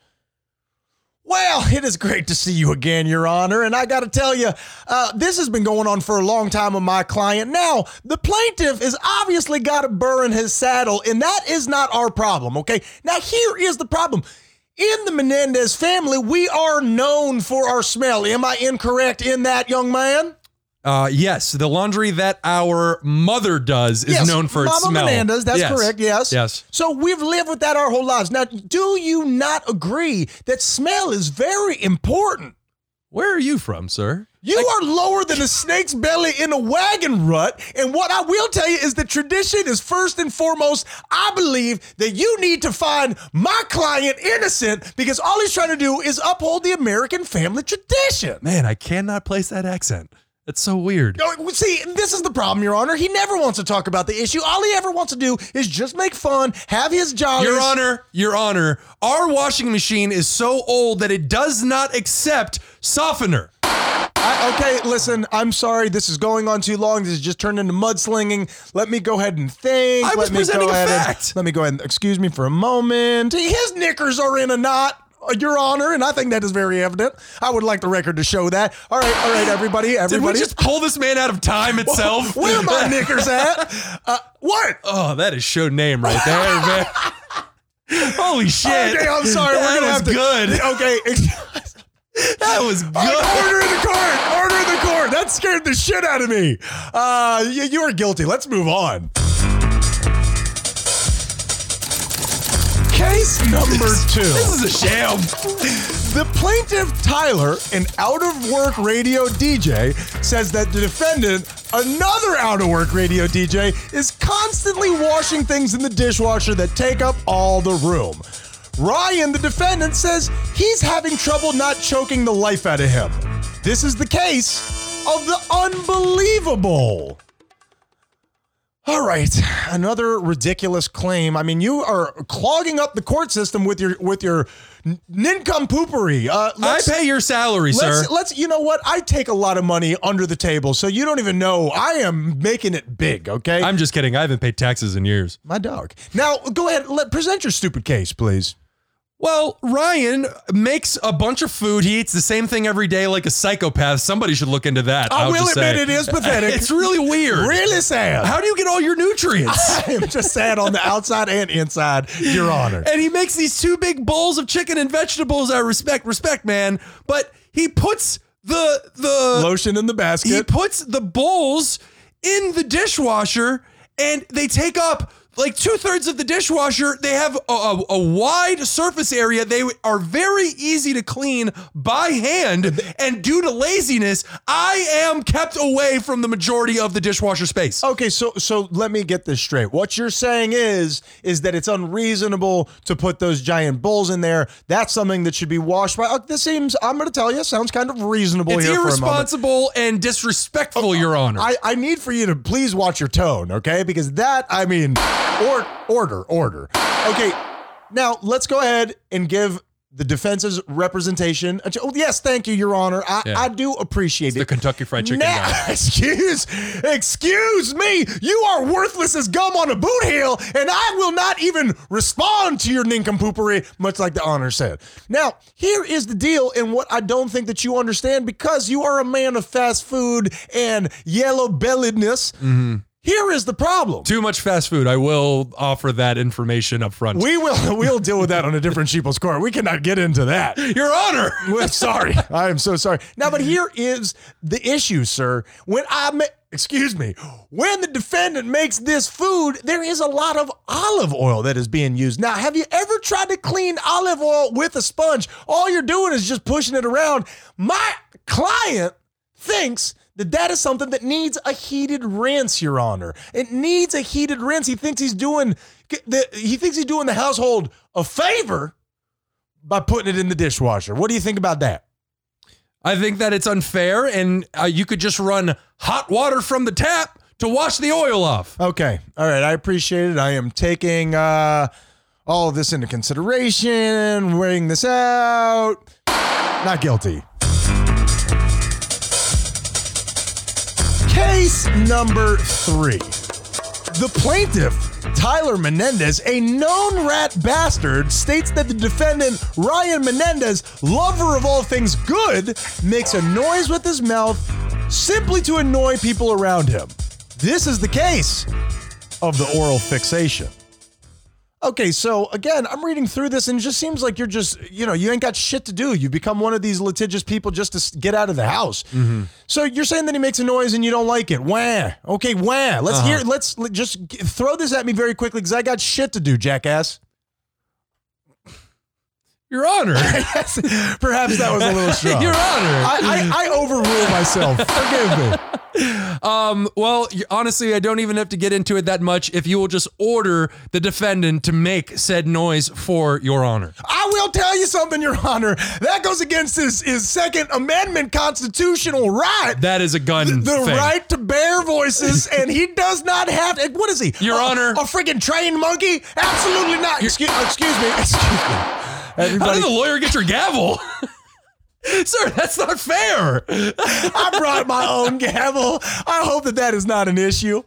Well, it is great to see you again, Your Honor. And I got to tell you, uh, this has been going on for a long time with my client. Now, the plaintiff has obviously got a burr in his saddle, and that is not our problem, okay? Now, here is the problem. In the Menendez family, we are known for our smell. Am I incorrect in that, young man? Uh, yes, the laundry that our mother does is Yes, known for its Mama smell. Menendez, that's Yes. correct. Yes. Yes. So we've lived with that our whole lives. Now, do you not agree that smell is very important? Where are you from, sir? You are lower than a snake's belly in a wagon rut. And what I will tell you is the tradition is first and foremost, I believe that you need to find my client innocent because all he's trying to do is uphold the American family tradition. Man, I cannot place that accent. That's so weird. Oh, See, this is the problem, Your Honor. He never wants to talk about the issue. All he ever wants to do is just make fun, have his job. Your Honor, Your Honor, our washing machine is so old that it does not accept softener. I, okay, listen, I'm sorry. This is going on too long. This has just turned into mudslinging. Let me go ahead and think. I let was me presenting go a ahead and- fact. let me go ahead and excuse me for a moment. His knickers are in a knot. uh, Your Honor, and I think that is very evident. I would like the record to show that. All right, all right, everybody, Did we everybody. just pull this man out of time itself? Where are my knickers at? Uh, what? Oh, that is show name right there, man. Holy shit. Okay, I'm sorry. That We're gonna was have to. good. Okay. ex- That was Like, good. order in the court. Order in the court. That scared the shit out of me. Uh, you, you are guilty. Let's move on. Case number two. This is a sham. The plaintiff Tyler, an out of work radio DJ, says that the defendant, another out of work radio DJ, is constantly washing things in the dishwasher that take up all the room. Ryan, the defendant, says he's having trouble not choking the life out of him. This is the case of the unbelievable. All right, another ridiculous claim. I mean, you are clogging up the court system with your with your n- nincompoopery. Uh, I let's- pay your salary, sir. Let's, let's, you know what? I take a lot of money under the table, so you don't even know I am making it big, okay? I'm just kidding. I haven't paid taxes in years. My dog. Now, go ahead, let, present your stupid case, please. Well, Ryan makes a bunch of food. He eats the same thing every day like a psychopath. Somebody should look into that. I I'll will just admit say. it is pathetic. It's really weird. Really sad. How do you get all your nutrients? I am just sad on the outside and inside, Your Honor. and he makes these two big bowls of chicken and vegetables. I respect, respect, man. But he puts the the Lotion in the he basket. puts the bowls in the dishwasher and they take up like two thirds of the dishwasher. They have a, a, a wide surface area. They are very easy to clean by hand. And due to laziness, I am kept away from the majority of the dishwasher space. Okay, so so let me get this straight. What you're saying is is that it's unreasonable to put those giant bowls in there. That's something that should be washed by. oh, this seems. I'm going to tell you, sounds kind of reasonable It's here for a moment. Oh, irresponsible and disrespectful, Your Honor. I, I need for you to please watch your tone, okay? Because that, I mean, or order, order. Okay, now let's go ahead and give the defense's representation. A ch- oh, yes, thank you, Your Honor. I, Yeah. I do appreciate the it. Kentucky Fried Chicken Now- guy. excuse, excuse me. You are worthless as gum on a boot heel, and I will not even respond to your nincompoopery, much like the honor said. Now, here is the deal, and what I don't think that you understand because you are a man of fast food and yellow belliedness. Mm-hmm. Here is the problem. Too much fast food. I will offer that information up front. We will we'll deal with that on a different sheeple's court. We cannot get into that. Your Honor. Well, sorry. I am so sorry. Now, but here is the issue, sir. When I ma- excuse me, when the defendant makes this food, there is a lot of olive oil that is being used. Now, have you ever tried to clean olive oil with a sponge? All you're doing is just pushing it around. My client thinks that that is something that needs a heated rinse, Your Honor. It needs a heated rinse. He thinks he's doing the, he thinks he's doing the household a favor by putting it in the dishwasher. What do you think about that? I think that it's unfair, and uh, you could just run hot water from the tap to wash the oil off. Okay. All right. I appreciate it. I am taking uh, all of this into consideration, weighing this out. Not guilty. Case number three. The plaintiff, Tyler Menendez, a known rat bastard, states that the defendant, Ryan Menendez, lover of all things good, makes a noise with his mouth simply to annoy people around him. This is the case of the oral fixation. Okay, so again, I'm reading through this and it just seems like you're just, you know, you ain't got shit to do. You become one of these litigious people just to s- get out of the house. So you're saying that he makes a noise and you don't like it. Wah. Okay, wah. Let's hear, let's let, just g- throw this at me very quickly because I got shit to do, jackass. Your Honor. Yes, perhaps that was a little strong. Your Honor. I, I, I overrule myself. Forgive me. Um, well, y- honestly, I don't even have to get into it that much if you will just order the defendant to make said noise for Your Honor. I will tell you something, Your Honor. That goes against his, his Second Amendment constitutional right. That is a gun the thing. right to bear voices, and he does not have. like, What is he, Your A- Honor. A friggin' trained monkey? Absolutely not. Excuse, excuse me. Excuse me. How Everybody, did the lawyer get your gavel? Sir, that's not fair. I brought my own gavel. I hope that that is not an issue.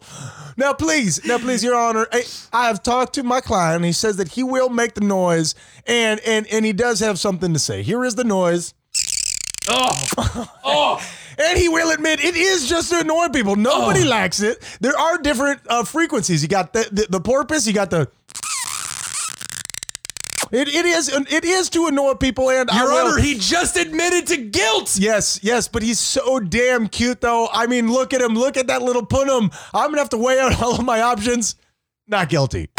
Now, please, now, please, Your Honor, I, I have talked to my client. He says that he will make the noise, and and and he does have something to say. Here is the noise. Oh, oh. And he will admit it is just to annoy people. Nobody likes it. There are different uh, frequencies. You got the, the the porpoise. You got the. It, it is it is to annoy people. And I Your will- Honor, he just admitted to guilt. Yes, yes, but he's so damn cute, though. I mean, look at him. Look at that little punum. I'm gonna have to weigh out all of my options. Not guilty.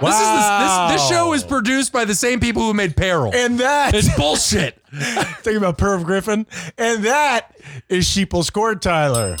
This, is the, this, this show Wow. is produced by the same people who made Peril. And that it's bullshit. thinking about Perv Griffin. And that is Sheeple's Court, Tyler.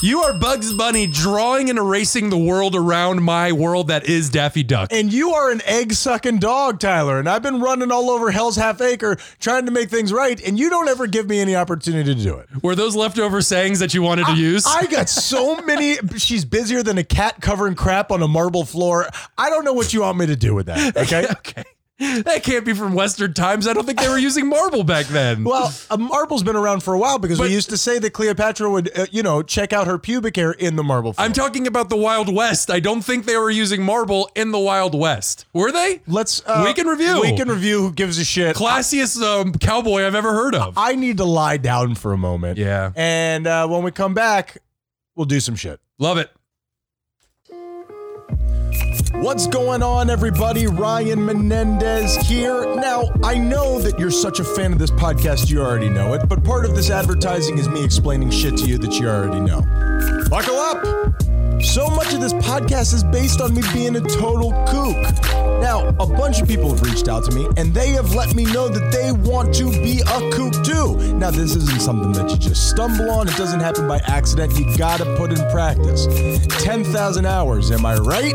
You are Bugs Bunny drawing and erasing the world around my world that is Daffy Duck. And you are an egg sucking dog, Tyler. And I've been running all over Hell's Half Acre trying to make things right, and you don't ever give me any opportunity to do it. Were those leftover sayings that you wanted to use? I got so many. She's busier than a cat covering crap on a marble floor. I don't know what you want me to do with that. Okay. okay. That can't be from Western times. I don't think they were using marble back then. Well, a marble's been around for a while because But- we used to say that Cleopatra would, uh, you know, check out her pubic hair in the marble floor. I'm talking about the Wild West. I don't think they were using marble in the Wild West. Were they? Let's uh, Week in review. Week in review. Who gives a shit? Classiest um, cowboy I've ever heard of. I need to lie down for a moment. Yeah. And uh, when we come back, we'll do some shit. Love it. What's going on, everybody? Ryan Menendez here. Now, I know that you're such a fan of this podcast, you already know it, but part of this advertising is me explaining shit to you that you already know. Buckle up! So much of this podcast is based on me being a total kook. Now, a bunch of people have reached out to me and they have let me know that they want to be a kook too. Now, this isn't something that you just stumble on, it doesn't happen by accident. You gotta put in practice. 10,000 hours, am I right?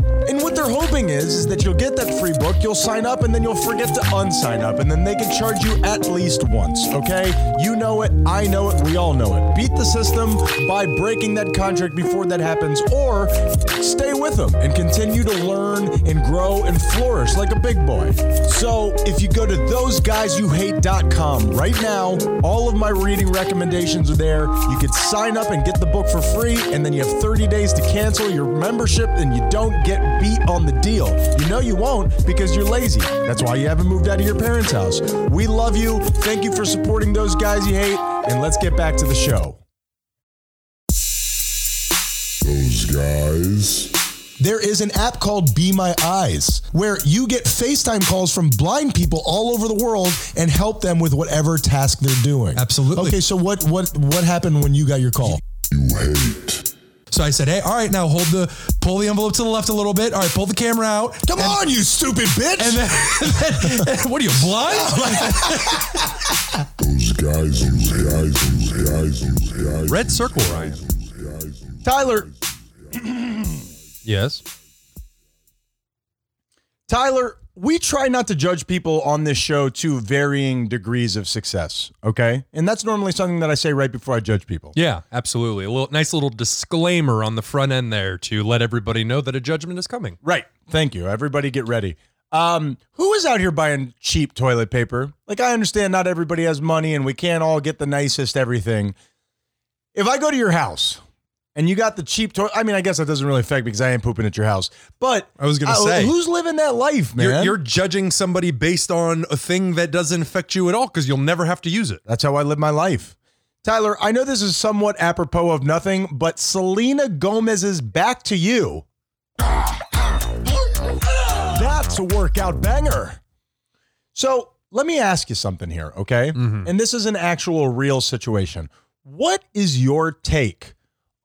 And what they're hoping is, is that you'll get that free book, you'll sign up, and then you'll forget to unsign up, and then they can charge you at least once, okay? You know it, I know it, we all know it. Beat the system by breaking that contract before that happens, or stay with them and continue to learn and grow and flourish like a big boy. So if you go to thoseguysyouhate.com right now, all of my reading recommendations are there. You could sign up and get the book for free, and then you have 30 days to cancel your membership, and you don't get beat on the deal. You know you won't because you're lazy. That's why you haven't moved out of your parents' house. We love you. Thank you for supporting those guys you hate, and let's get back to the show. Those guys. There is an app called Be My Eyes where you get FaceTime calls from blind people all over the world and help them with whatever task they're doing. Absolutely. Okay, so what what what happened when you got your call? You hate. So I said, hey, all right, now hold the, pull the envelope to the left a little bit. All right, pull the camera out. Come on, you stupid bitch. And then, and then- what are you, blind? Those guys. Those guys. Those guys. Those guys. Red Circle, Ryan. Tyler, Yes. Tyler, we try not to judge people on this show to varying degrees of success, okay? And that's normally something that I say right before I judge people. Yeah, absolutely. A little nice little disclaimer on the front end there to let everybody know that a judgment is coming. Right. Thank you. Everybody get ready. Um, who is out here buying cheap toilet paper? Like, I understand not everybody has money and we can't all get the nicest everything. If I go to your house and you got the cheap toilet, I mean, I guess that doesn't really affect me because I ain't pooping at your house. But I was gonna uh, say. who's living that life, man? You're, you're judging somebody based on a thing that doesn't affect you at all because you'll never have to use it. That's how I live my life. Tyler, I know this is somewhat apropos of nothing, but Selena Gomez's Back to You. That's a workout banger. So let me ask you something here, okay? And this is an actual real situation. What is your take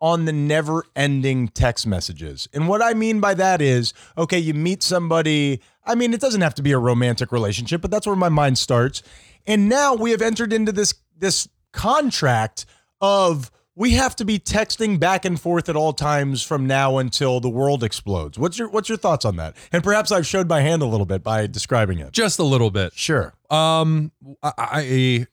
on the never ending text messages? And what I mean by that is, okay, you meet somebody. I mean, it doesn't have to be a romantic relationship, but that's where my mind starts. And now we have entered into this this contract of we have to be texting back and forth at all times from now until the world explodes. What's your what's your thoughts on that? And perhaps I've showed my hand a little bit by describing it. Just a little bit. Sure. Um, I, I,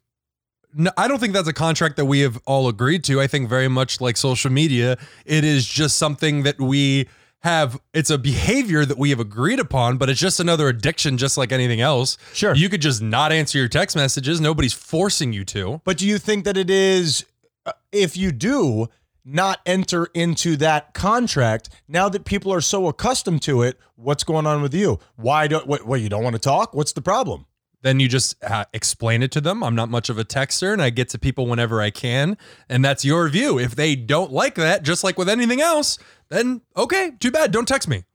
no, I don't think that's a contract that we have all agreed to. I think very much like social media, it is just something that we have. It's a behavior that we have agreed upon, but it's just another addiction, just like anything else. Sure. you could just not answer your text messages. Nobody's forcing you to. But do you think that it is, uh, if you do not enter into that contract, now that people are so accustomed to it, what's going on with you? Why don't, what, what you don't want to talk? What's the problem? Then you just uh, explain it to them. I'm not much of a texter, and I get to people whenever I can, and that's your view. If they don't like that, just like with anything else, then okay, too bad. Don't text me.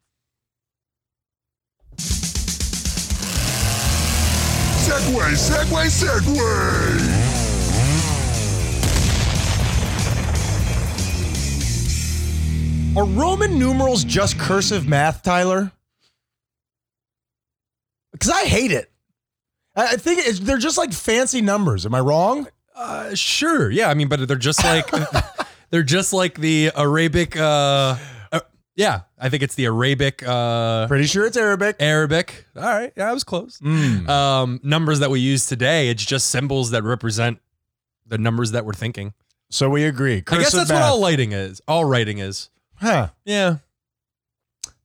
Segway, Segway, Segway. Are Roman numerals just cursive math, Tyler? Because I hate it. I I think it's, they're just like fancy numbers. Am I wrong? Uh, sure. Yeah. I mean, but they're just like they're just like the Arabic. Uh, uh, yeah, I think it's the Arabic. Uh, Pretty sure it's Arabic. Arabic. All right. Yeah, I was close. Um, numbers that we use today. It's just symbols that represent the numbers that we're thinking. So we agree. I guess Cursive that's math. what all lighting is. All writing is. Huh. Yeah.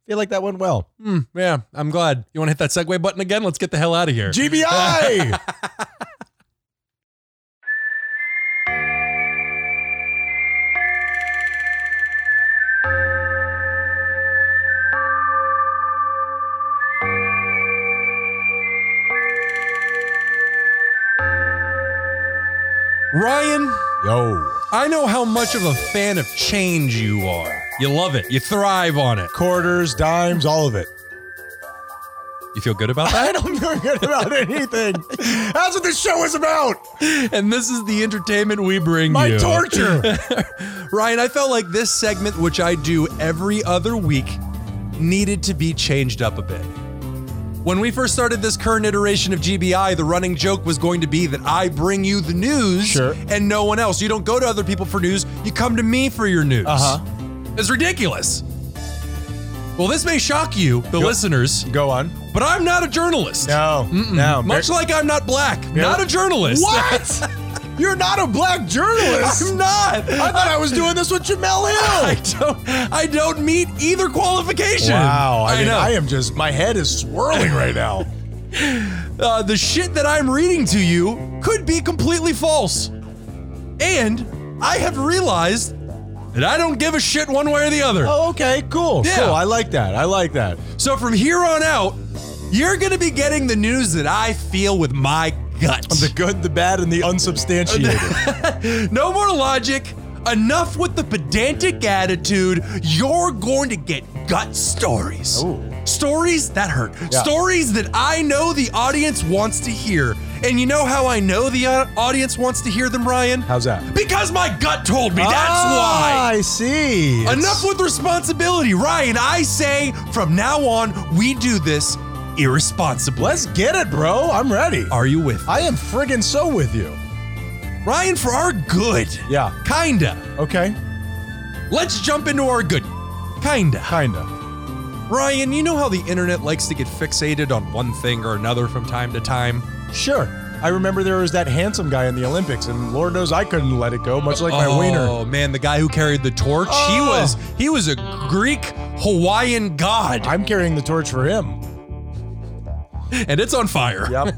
Feel like that went well. Hmm, yeah. I'm glad. You want to hit that segue button again? Let's get the hell out of here. GBI. Ryan. Yo. I know how much of a fan of change you are. You love it. You thrive on it. Quarters, dimes, all of it. You feel good about that? I don't feel good about anything. That's what this show is about. and this is the entertainment we bring My you. torture. Ryan, I felt like this segment, which I do every other week, needed to be changed up a bit. When we first started this current iteration of GBI, the running joke was going to be that I bring you the news Sure. and no one else. You don't go to other people for news, you come to me for your news. Uh-huh. It's ridiculous. Well, this may shock you, the listeners, Go on. but I'm not a journalist. No, no. Much like I'm not black, not a journalist. what? You're not a black journalist. I'm not. I thought I was doing this with Jamel I Hill. don't. I don't meet either qualification. Wow. I, mean, know. I am just, my head is swirling right now. uh, the shit that I'm reading to you could be completely false, and I have realized that I don't give a shit one way or the other. Oh, okay. Cool. Yeah. Cool. I like that. I like that. So from here on out, you're gonna be getting the news that I feel with my gut. The good, the bad, and the unsubstantiated. no more logic. Enough with the pedantic attitude. You're going to get gut stories. Ooh. Stories that hurt. Yeah. Stories that I know the audience wants to hear. And you know how I know the uh, audience wants to hear them, Ryan? How's that? Because my gut told me. That's Ah, why. I see. Enough with responsibility, Ryan. I say from now on, we do this irresponsibly. Let's get it, bro. I'm ready. Are you with me? I am friggin' so with you. Ryan for our good? Yeah. Kinda. Okay. Let's jump into our good. Kinda. Kinda. Ryan, you know how the internet likes to get fixated on one thing or another from time to time? Sure. I remember there was that handsome guy in the Olympics, and Lord knows I couldn't let it go, much like my wiener. Oh man, the guy who carried the torch, he Oh. was he was a Greek Hawaiian god. I'm carrying the torch for him. and it's on fire. Yep.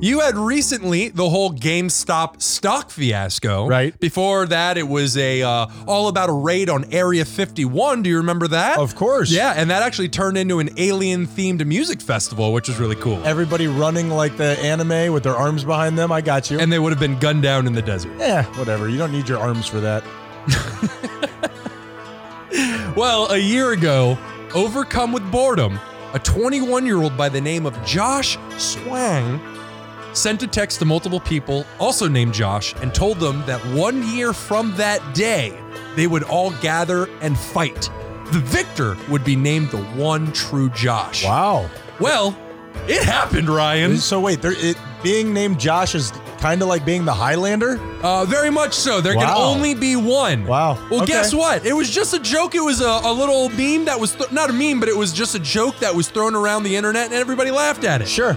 You had recently the whole GameStop stock fiasco. Right. Before that, it was a uh, all about a raid on Area 51. Do you remember that? Of course. Yeah, and that actually turned into an alien themed music festival, which was really cool. Everybody running like the anime with their arms behind them. I got you. And they would have been gunned down in the desert. yeah, whatever. You don't need your arms for that. Well, a year ago, overcome with boredom, a 21 year old by the name of Josh Swang sent a text to multiple people, also named Josh, and told them that one year from that day, they would all gather and fight. The victor would be named the one true Josh. Wow. Well, it happened, Ryan. So wait, there, it, being named Josh is kind of like being the Highlander. Uh, very much so. There can Wow. only be one. Wow. Well, Okay. guess what? It was just a joke. It was a, a little meme that was th- not a meme, but it was just a joke that was thrown around the internet and everybody laughed at it. Sure.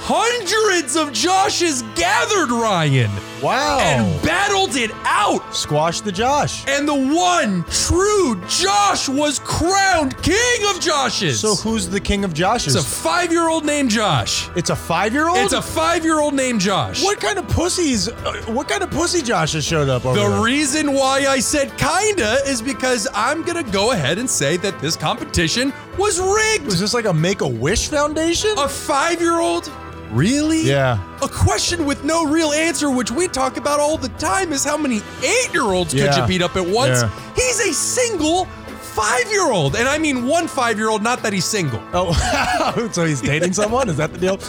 Hundreds of Joshes gathered, Ryan, Wow. and battled it out. Squash the Josh. And the one true Josh was crowned king of Joshes. So who's the king of Joshes? it's a five year old named Josh. It's a five-year-old. It's a five year old named Josh. What kind of pussies? uh, What kind of pussy Josh has showed up over The there? reason why I said kinda is because I'm gonna go ahead and say that this competition was rigged. Is this like a Make a Wish Foundation? A five year old? Really? Yeah. A question with no real answer, which we talk about all the time, is how many eight year olds could Yeah. you beat up at once? Yeah. He's a single five year old. And I mean one five year old, not that he's single. Oh, so he's dating someone? Is that the deal?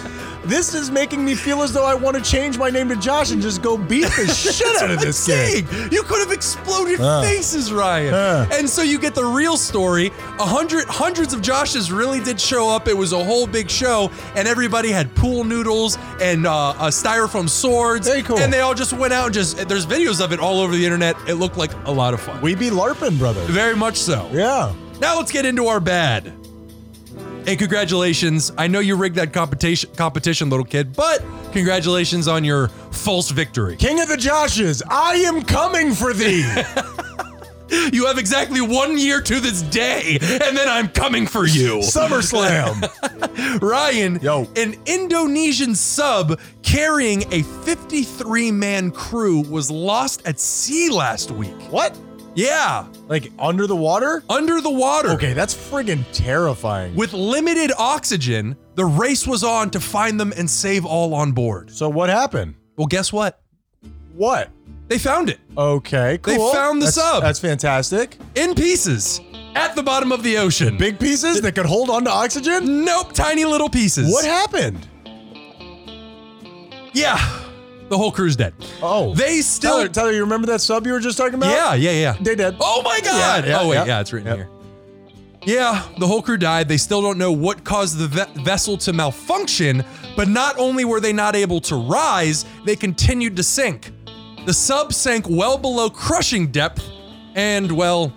This is making me feel as though I want to change my name to Josh and just go beat the shit out of I'm this kid. saying. You could have exploded Uh. faces, Ryan. Uh. And so you get the real story. A hundred hundreds of Joshes really did show up. It was a whole big show, and everybody had pool noodles and uh, uh, styrofoam swords. Very cool. And they all just went out and just there's videos of it all over the internet. It looked like a lot of fun. We be LARPing, brother. Very much so. Yeah. Now let's get into our bad. Hey, congratulations. I know you rigged that competition competition, little kid, but congratulations on your false victory. King of the Joshes, I am coming for thee. You have exactly one year to this day, and then I'm coming for you. SummerSlam. Ryan, Yo. an Indonesian sub carrying a 53 man crew was lost at sea last week. what? Yeah, Like under the water? under the water. Okay, that's friggin' terrifying. With limited oxygen, the race was on to find them and save all on board. So what happened? Well, guess what? What? They found it Okay, They cool. found the that's, sub. That's fantastic. in pieces at the bottom of the ocean. Big pieces that could hold on to oxygen? nope, tiny little pieces. What happened? Yeah, the whole crew's dead. Oh. They still. Tyler, Tyler, you remember that sub you were just talking about? Yeah, yeah, yeah. They did. Oh my god! Yeah, yeah, oh wait, yeah. yeah, it's written Yep. here. Yeah, the whole crew died. They still don't know what caused the ve- vessel to malfunction, but not only were they not able to rise, they continued to sink. The sub sank well below crushing depth, and well,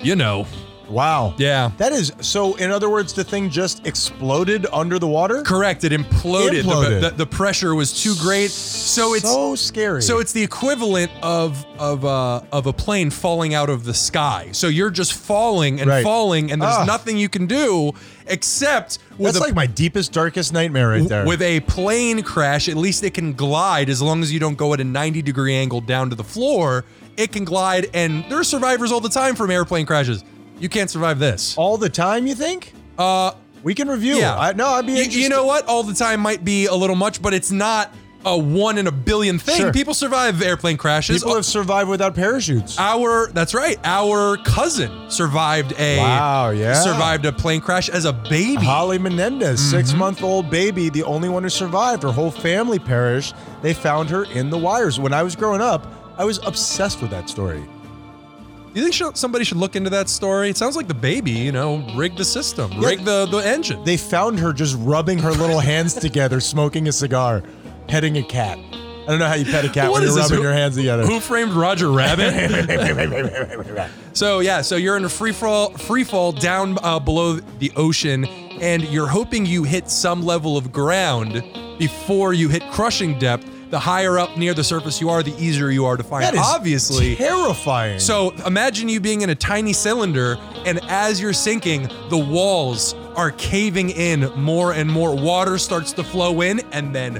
you know, Wow. yeah. That is so. In other words, the thing just exploded under the water. Correct, it imploded. The- Imploded. The, the pressure was too great, so it's so scary. So it's the equivalent of of uh, of a plane falling out of the sky. So you're just falling and Right. falling, and there's Ah. nothing you can do except with that's a like my deepest, darkest nightmare right there. with a plane crash. At least it can glide as long as you don't go at a 90 degree angle down to the floor. It can glide, and there are survivors all the time from airplane crashes. You can't survive this. all the time, you think? Uh, We can review. yeah. I, no, I'd be You- interested. You know what? All the time might be a little much, but it's not a one in a billion thing. Sure. People survive airplane crashes. Oh, people have survived without parachutes. our that's right our cousin survived a Wow, yeah. Uh-huh. survived a plane crash as a baby Holly Menendez, Mm-hmm. six-month-old baby, the only one who survived. Her whole family perished. They found her in the wires. When I was growing up, I was obsessed with that story. you think sh- somebody should look into that story it sounds like the baby you know rigged the system rigged the, the engine They found her just rubbing her little hands together, smoking a cigar, petting a cat. I don't know how you pet a cat What when is you're this? rubbing Who- your hands together. who framed roger rabbit so yeah so you're in a free fall free fall down uh, below the ocean and you're hoping you hit some level of ground before you hit crushing depth the higher up near the surface you are the easier you are to find That is obviously terrifying. So imagine you being in a tiny cylinder, and as you're sinking, the walls are caving in more and more. Water starts to flow in, and then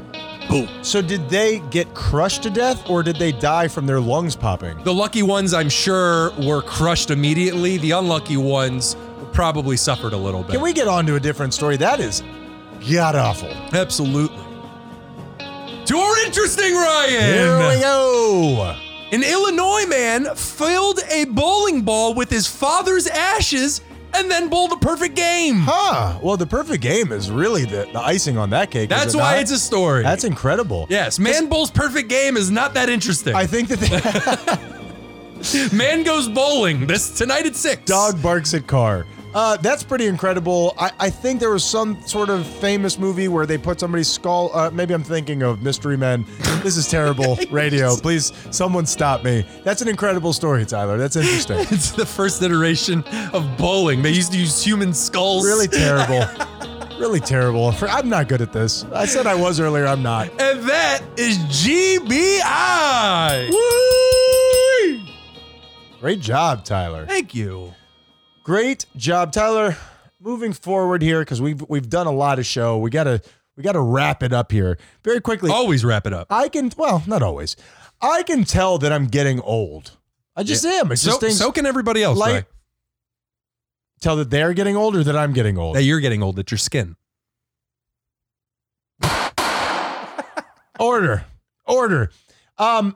boom. So did they get crushed to death or did they die from their lungs popping? The lucky ones, I'm sure, were crushed immediately. The unlucky ones probably suffered a little bit. Can we get on to a different story? That is god awful. Absolutely. To our interesting Here we Ryan. go. An Illinois man filled a bowling ball with his father's ashes and then bowled a perfect game. Huh. Well, the perfect game is really the, the icing on that cake. is That's it why not? it's a story. That's incredible. yes, man bowls perfect game is not that interesting. I think that the man goes bowling this tonight at six. dog barks at car. Uh, that's pretty incredible. I, I think there was some sort of famous movie where they put somebody's skull. Uh, maybe I'm thinking of Mystery Men. This is terrible radio. Please, someone stop me. That's an incredible story, Tyler. That's interesting. It's the first iteration of bowling. They used to use human skulls. Really terrible. Really terrible. For- I'm not good at this. I said I was earlier. I'm not. And that is GBI. Great job, Tyler. Thank you. Great job, Tyler. Moving forward here because we've we've done a lot of show. We gotta we gotta wrap it up here very quickly. Always wrap it up. I can well not always. I can tell that I'm getting old. I just am. It's So, just things so can everybody else. like- Ray. tell that they're getting older that I'm getting old. that you're getting old. That your skin. order order um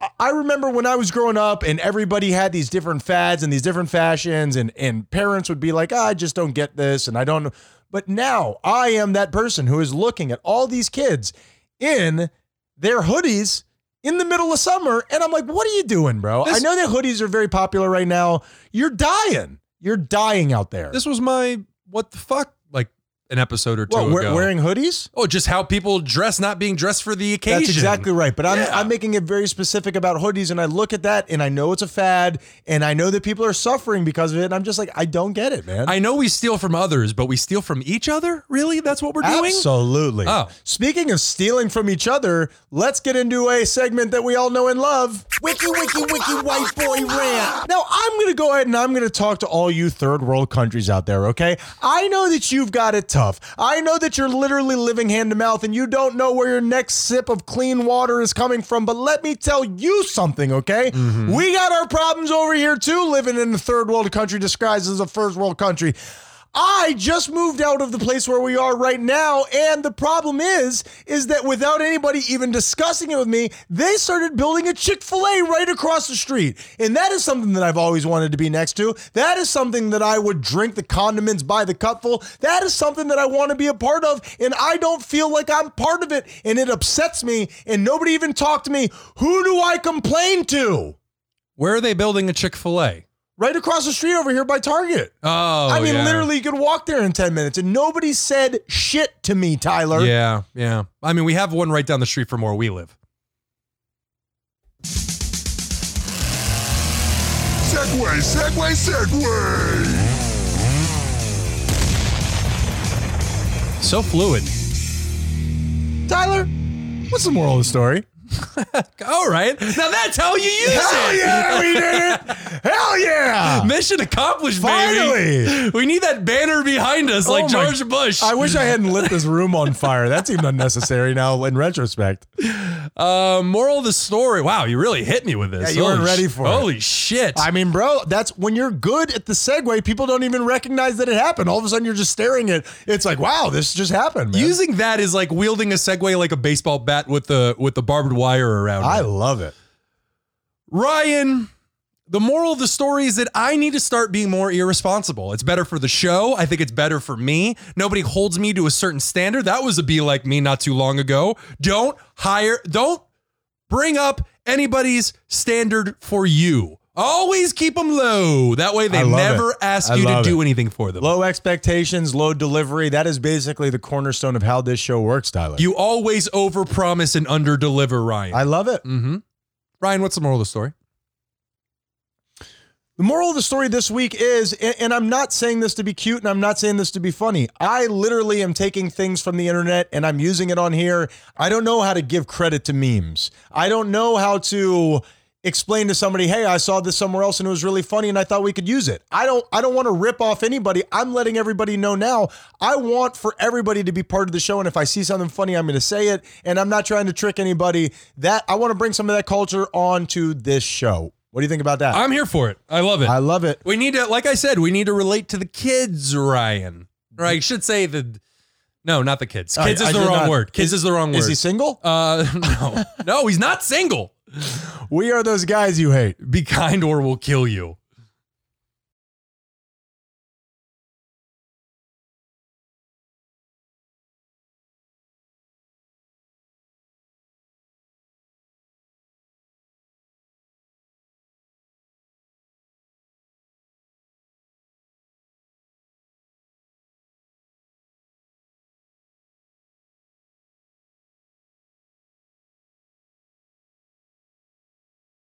I- I remember when I was growing up and everybody had these different fads and these different fashions and and parents would be like, "Ah, "I just don't get this and I don't know." But now I am that person who is looking at all these kids in their hoodies in the middle of summer and I'm like, "What are you doing, bro?" I This- know that hoodies are very popular right now. You're dying. You're dying out there. This was my what the fuck like an episode or two What, we- ago. wearing hoodies? oh, just how people dress, not being dressed for the occasion. That's exactly right. But I'm Yeah. I'm making it very specific about hoodies, and I look at that, and I know it's a fad, and I know that people are suffering because of it. And I'm just like, I don't get it, man. I know we steal from others, but we steal from each other. Really, that's what we're doing. Absolutely. Oh. Speaking of stealing from each other, let's get into a segment that we all know and love. Wiki, wiki, wiki, white boy rant. Now, I'm going to go ahead and I'm going to talk to all you third world countries out there, okay? I know that you've got it tough. I know that you're literally living hand to mouth and you don't know where your next sip of clean water is coming from, but let me tell you something, okay? We got our problems over here too, living in a third world country disguised as a first world country. I just moved out of the place where we are right now, and the problem is, is that without anybody even discussing it with me, they started building a Chick Fil A right across the street, and that is something that I've always wanted to be next to. That is something that I would drink the condiments by the cupful. That is something that I want to be a part of, and I don't feel like I'm part of it, and it upsets me. And nobody even talked to me. Who do I complain to? Where are they building a Chick Fil A? Right across the street over here by Target. Oh, I mean, yeah. literally, you could walk there in 10 minutes and nobody said shit to me, Tyler. Yeah, yeah. I mean, we have one right down the street from where we live. Segway, segway, segway. So fluid. Tyler, what's the moral of the story? All right. Now that's how you use Hell it. yeah, we did it. Hell yeah. Mission accomplished, baby. Finally. We need that banner behind us, like Oh my- George Bush. I wish I hadn't lit this room on fire. That seemed unnecessary now in retrospect. Uh, moral of the story. Wow, you really hit me with this. Yeah, you weren't Holy ready sh- for it. Holy shit. I mean, bro, that's when you're good at the segue, people don't even recognize that it happened. All of a sudden, you're just staring at It's like, wow, this just happened, man. Using that is like wielding a Segway like a baseball bat with the with the barbed wire around. I it. love it. Ryan, the moral of the story is that I need to start being more irresponsible. It's better for the show. I think it's better for me. Nobody holds me to a certain standard. That was a bee like me not too long ago. Don't hire, don't bring up anybody's standard for you. Always keep them low. That way I they love never it. ask I you to love do anything for them. Low expectations, low delivery. That is basically the cornerstone of how this show works, Tyler. You always overpromise and underdeliver, Ryan. I love it. mm-hmm. Ryan, what's the moral of the story? The moral of the story this week is, and, and I'm not saying this to be cute and I'm not saying this to be funny. I literally am taking things from the internet and I'm using it on here. I don't know how to give credit to memes. I don't know how to explain to somebody, "Hey, I saw this somewhere else and it was really funny and I thought we could use it." I don't I don't want to rip off anybody. I'm letting everybody know now. I want for everybody to be part of the show and if I see something funny, I'm going to say it and I'm not trying to trick anybody. That I want to bring some of that culture onto this show. What do you think about that? I'm here for it. I love it. I love it. we need to, like I said, we need to relate to the kids, Ryan. Or I should say the, no, not the kids. I- Kids I is the did wrong not- word. Kids is, the wrong word. Is he single? uh, no, no, he's not single. We are those guys you hate. Be kind or we'll kill you.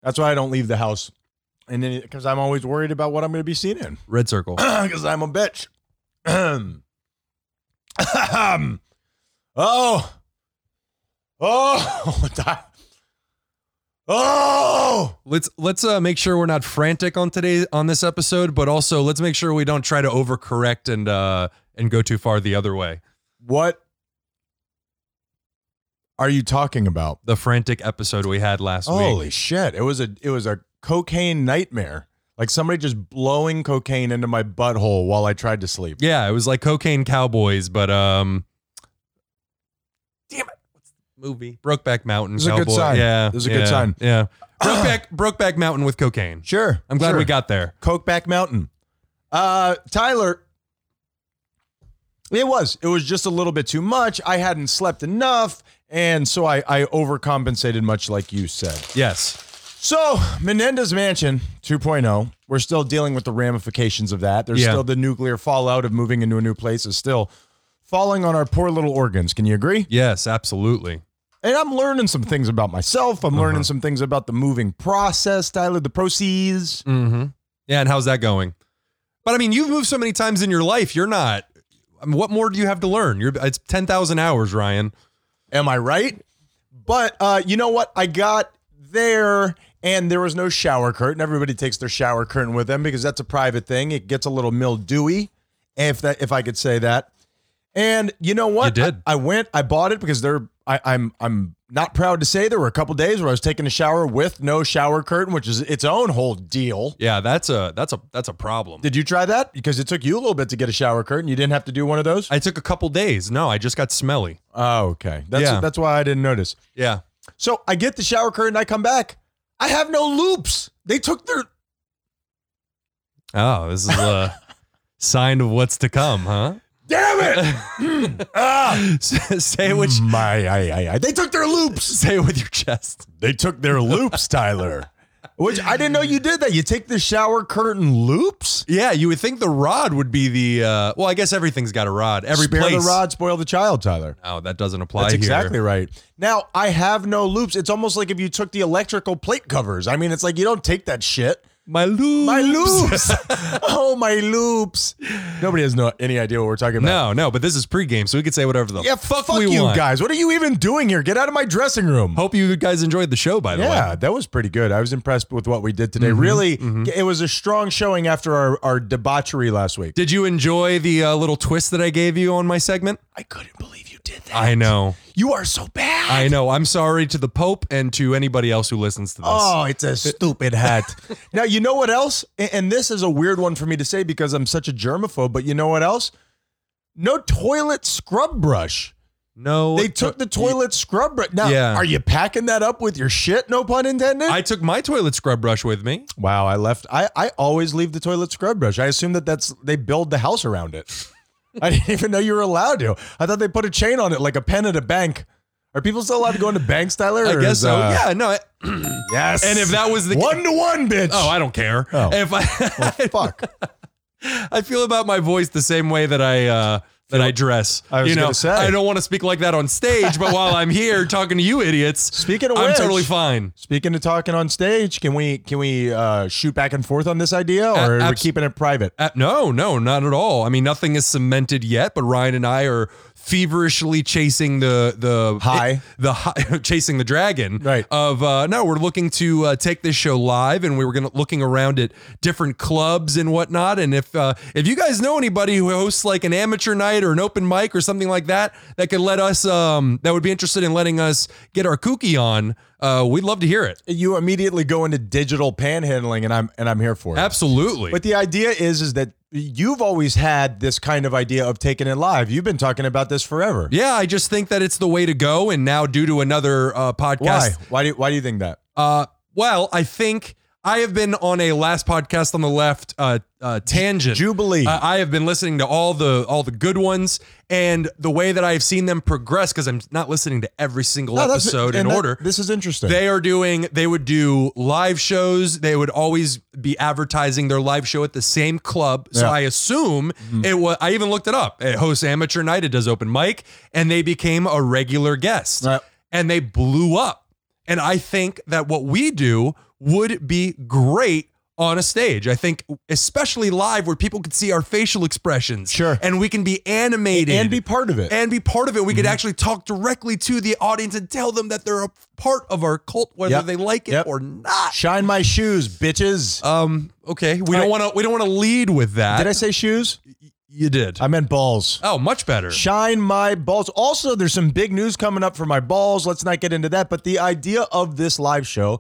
That's why I don't leave the house. And then because I'm always worried about what I'm going to be seen in. Red circle. because I'm a bitch. Ahem. oh, oh, Di- oh! Let's let's uh, make sure we're not frantic on today on this episode, but also let's make sure we don't try to overcorrect and uh, and go too far the other way. What are you talking about? The frantic episode we had last week. Holy shit! It was a it was a cocaine nightmare. Like somebody just blowing cocaine into my butthole while I tried to sleep. Yeah, it was like Cocaine Cowboys, but um, damn it, what's the movie? Brokeback Mountain. It was a Cowboy. good sign. Yeah, It was a yeah, good sign. Yeah, Brokeback Brokeback Mountain with cocaine. Sure, I'm glad sure. we got there. Cokeback Mountain. Uh, Tyler, it was. It was just a little bit too much. I hadn't slept enough. And so I, I overcompensated, much like you said. Yes, So, Menendez Mansion 2.0, we're still dealing with the ramifications of that. There's Yeah. still the nuclear fallout of moving into a new place, is still falling on our poor little organs. Can you agree? yes, absolutely. And I'm learning some things about myself. I'm learning some things about the moving process, Tyler, the proceeds. Mm-hmm. Yeah, and how's that going? But I mean, you've moved so many times in your life. You're not. I mean, what more do you have to learn? You're it's ten thousand hours, Ryan. Am I right? But uh, you know what? I got there and there was no shower curtain. Everybody takes their shower curtain with them because that's a private thing. It gets a little mildewy, if that if I could say that. And you know what? You did. I, I went, I bought it because there I, I'm I'm not proud to say there were a couple days where I was taking a shower with no shower curtain, which is its own whole deal. Yeah, that's a that's a that's a problem. Did you try that? Because it took you a little bit to get a shower curtain. You didn't have to do one of those. I took a couple days. No, I just got smelly. oh, okay. That's Yeah. that's why I didn't notice. Yeah. So I get the shower curtain, I come back. I have no loops. They took their Oh, this is a sign of what's to come, huh? damn it. ah, say it with my I, I, I. They took their loops. say it with your chest. They took their loops, Tyler. Which I didn't know you did that. You take the shower curtain loops? Yeah, you would think the rod would be the. Uh, well, I guess everything's got a rod. Every Spare place. the rod, spoil the child, Tyler. Oh, that doesn't apply That's here. exactly right. Now I have no loops. It's almost like if you took the electrical plate covers. I mean, it's like you don't take that shit. My loops. My loops. oh, my loops. Nobody has no any idea what we're talking about. no, no, but this is pregame, so we could say whatever the Yeah, fuck, fuck, we you want. guys. What are you even doing here? Get out of my dressing room. Hope you guys enjoyed the show. By the way, Yeah, that was pretty good. I was impressed with what we did today. really, it was a strong showing after our, our debauchery last week. did you enjoy the uh, little twist that I gave you on my segment? I couldn't believe you did that. I know, You are so bad. I know. I'm sorry to the Pope and to anybody else who listens to this. Oh, it's a stupid hat. now, you know what else? A- And this is a weird one for me to say because I'm such a germaphobe, but you know what else? No toilet scrub brush. no, They took the toilet scrub brush. Now, Yeah. are you packing that up with your shit? No pun intended. I took my toilet scrub brush with me. Wow, I left. I, I always leave the toilet scrub brush. I assume that that's they build the house around it. I didn't even know you were allowed to. I thought they put a chain on it like a pen at a bank. Are people still allowed to go into banks, Tyler? I or guess is, so. uh, yeah, no. I- Yes. And if that was the one to one, bitch. Oh, I don't care. Oh. If I, fuck. I feel about my voice the same way that I uh, that I dress. I was you know, gonna say. I don't want to speak like that on stage, but while I'm here talking to you idiots, Speaking of I'm which- totally fine. Speaking of talking on stage, can we can we uh, shoot back and forth on this idea, or are we abs- keeping it private? Uh, no, no, not at all. I mean, nothing is cemented yet, but Ryan and I are feverishly chasing the the High. the high, chasing the dragon Right. of uh, no we're looking to uh, take this show live and we were gonna looking around at different clubs and whatnot and if uh, if you guys know anybody who hosts like an amateur night or an open mic or something like that that could let us um, that would be interested in letting us get our kooky on uh, we'd love to hear it You immediately go into digital panhandling, and I'm and I'm here for it. absolutely But the idea is is that you've always had this kind of idea of taking it live. You've been talking about this forever. yeah I just think that it's the way to go and now due to another uh, Why? podcast Why do you, why do you think that? Uh, well, I think I have been on a last podcast on the left uh, uh, tangent. Jubilee. Uh, I have been listening to all the all the good ones, and the way that I have seen them progress because I'm not listening to every single No, Oh, that's- episode in and that- order. This is interesting. They are doing, they would do live shows. They would always be advertising their live show at the same club. So Yeah. Mm-hmm. I assume it was, I even looked it up. It hosts Amateur Night, it does open mic, and they became a regular guest. Right. And they blew up. And I think that what we do would be great on a stage. I think, especially live, where people could see our facial expressions. Sure. And we can be animated and be part of it. and be part of it. We could actually talk directly to the audience and tell them that they're a part of our cult, whether Yep. they like it Yep. or not. Shine my shoes, bitches. Um. Okay. We right. don't want to. We don't want to lead with that. Did I say shoes? you did. I meant balls. oh, much better. Shine my balls. Also, there's some big news coming up for my balls. Let's not get into that. But the idea of this live show,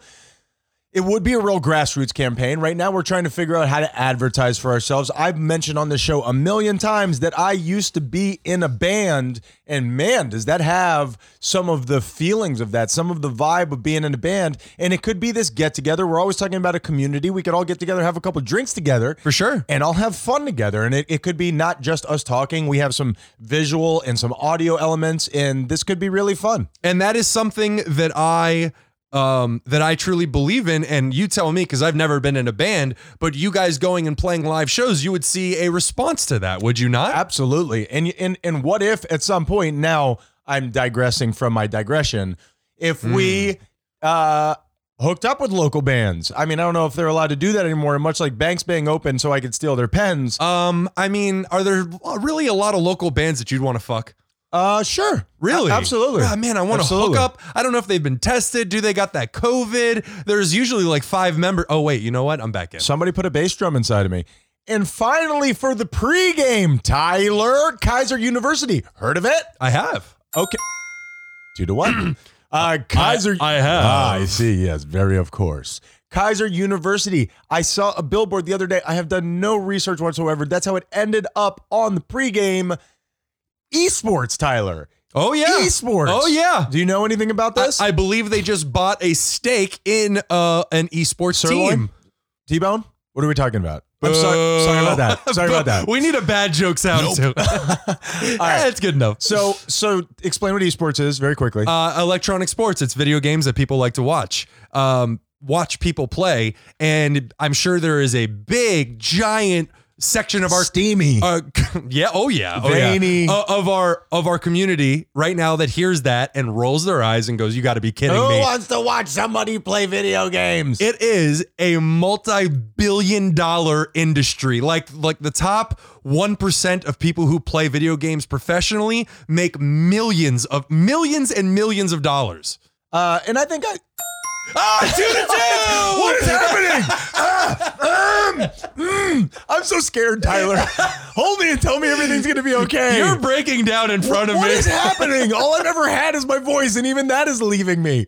it would be a real grassroots campaign. Right now, we're trying to figure out how to advertise for ourselves. I've mentioned on the show a million times that I used to be in a band. And man, does that have some of the feelings of that, some of the vibe of being in a band. And it could be this get together. We're always talking about a community. We could all get together, have a couple drinks together For sure. and I'll have fun together. And it, it could be not just us talking. We have some visual and some audio elements, and this could be really fun. and that is something that I um that I truly believe in and you tell me cuz I've never been in a band but you guys going and playing live shows you would see a response to that would you not Absolutely. And and and what if at some point now I'm digressing from my digression. If we uh hooked up with local bands. I mean, I don't know if they're allowed to do that anymore, much like banks being open so I could steal their pens. um I mean are there uh, really a lot of local bands that you'd want to fuck Uh sure. Really? A- absolutely. Ah, man, I want to Absolutely. hook up. I don't know if they've been tested. Do they got that COVID? There's usually like five member. Oh wait, you know what? I'm back in. Somebody put a bass drum inside of me. And finally for the pregame, Tyler, Kaiser University. Heard of it? I have. Okay. Two to one. uh, Kaiser. I- I have. Ah, I see. Yes, very of course. Kaiser University. I saw a billboard the other day. I have done no research whatsoever. That's how it ended up on the pregame. Esports, Tyler. Oh yeah. Esports. Oh yeah. Do you know anything about I, this? I believe they just bought a stake in uh, an esports Sirloin? team. T Bone. What are we talking about? I'm sorry. Sorry about Uh, that. Sorry about that. We need a bad joke sound too. That's good enough. So, so explain what esports is very quickly. uh, electronic sports. It's video games that people like to watch. Um, watch people play, and I'm sure there is a big, giant section of our Steamy. Uh, yeah. Oh yeah. Oh, yeah. Veiny. Uh, of our of our community right now that hears that and rolls their eyes and goes, "You got to be kidding Who me." wants to watch somebody play video games? It is a multi-billion-dollar industry. Like like the top one percent of people who play video games professionally make millions of millions and millions of dollars. Uh, and I think I. Ah, two to two. What is happening? Ah, um, mm, I'm so scared, Tyler. Hold me and tell me everything's gonna be okay. You're breaking down in front of What me. is happening? All I've ever had is my voice, and even that is leaving me.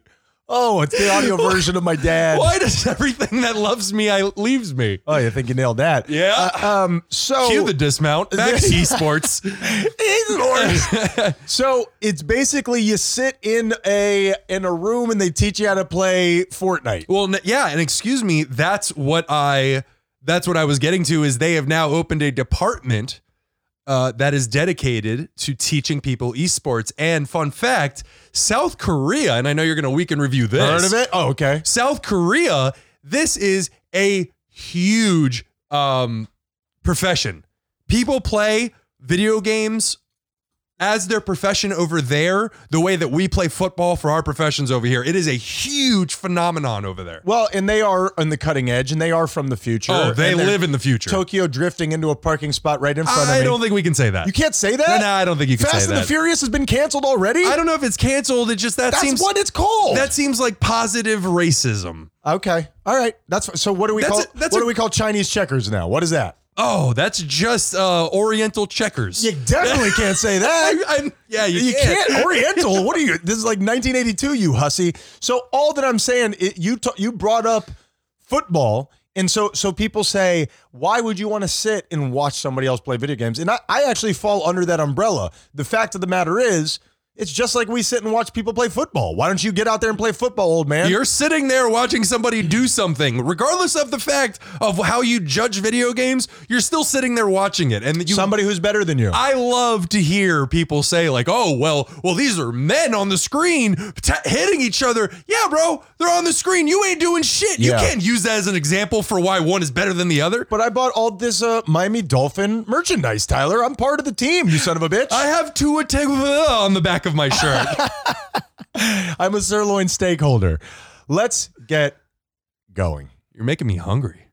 Oh, it's the audio version of my dad. Why does everything that loves me I leaves me? Oh, you think you nailed that? Yeah. Uh, um. So Cue the dismount. Back to esports. He's an orange. so it's basically you sit in a in a room and they teach you how to play Fortnite. Well, n- yeah, and excuse me, that's what I that's what I was getting to is they have now opened a department uh, that is dedicated to teaching people esports. And fun fact, South Korea, and I know you're going to weekend review this. Heard of it? Oh, okay. South Korea, this is a huge um, profession. People play video games as their profession over there, the way that we play football for our professions over here, it is a huge phenomenon over there. Well, and they are on the cutting edge, and they are from the future. Oh, they And they're live in the future. Tokyo drifting into a parking spot right in front of I me. don't think we can say that. you can't say that. No, no, I don't think you can Fast say and that. the Furious has been canceled already. I don't know if it's canceled. It just that That's seems what it's called. that seems like positive racism. okay. All right. That's so. What do we That's call? a- that's what a- do we call Chinese checkers now? What is that? Oh, that's just uh, Oriental checkers. You definitely can't say that. I, I'm, yeah, you, You can't. can't Oriental. What are you? This is like 1982, you hussy. So all that I'm saying, it, you ta- you brought up football, and so so people say, why would you want to sit and watch somebody else play video games? And I, I actually fall under that umbrella. The fact of the matter is, it's just like we sit and watch people play football. Why don't you get out there and play football, old man? You're sitting there watching somebody do something, regardless of the fact of how you judge video games. You're still sitting there watching it, and you. somebody who's better than you. I love to hear people say like, "Oh, well, well, these are men on the screen t- hitting each other." Yeah, bro, they're on the screen. You ain't doing shit. You Yeah. can't use that as an example for why one is better than the other. but I bought all this uh, Miami Dolphin merchandise, Tyler. I'm part of the team, you son of a bitch. I have Tua Tagovailoa uh, on the back of my shirt. I'm a sirloin stakeholder. Let's get going. You're making me hungry.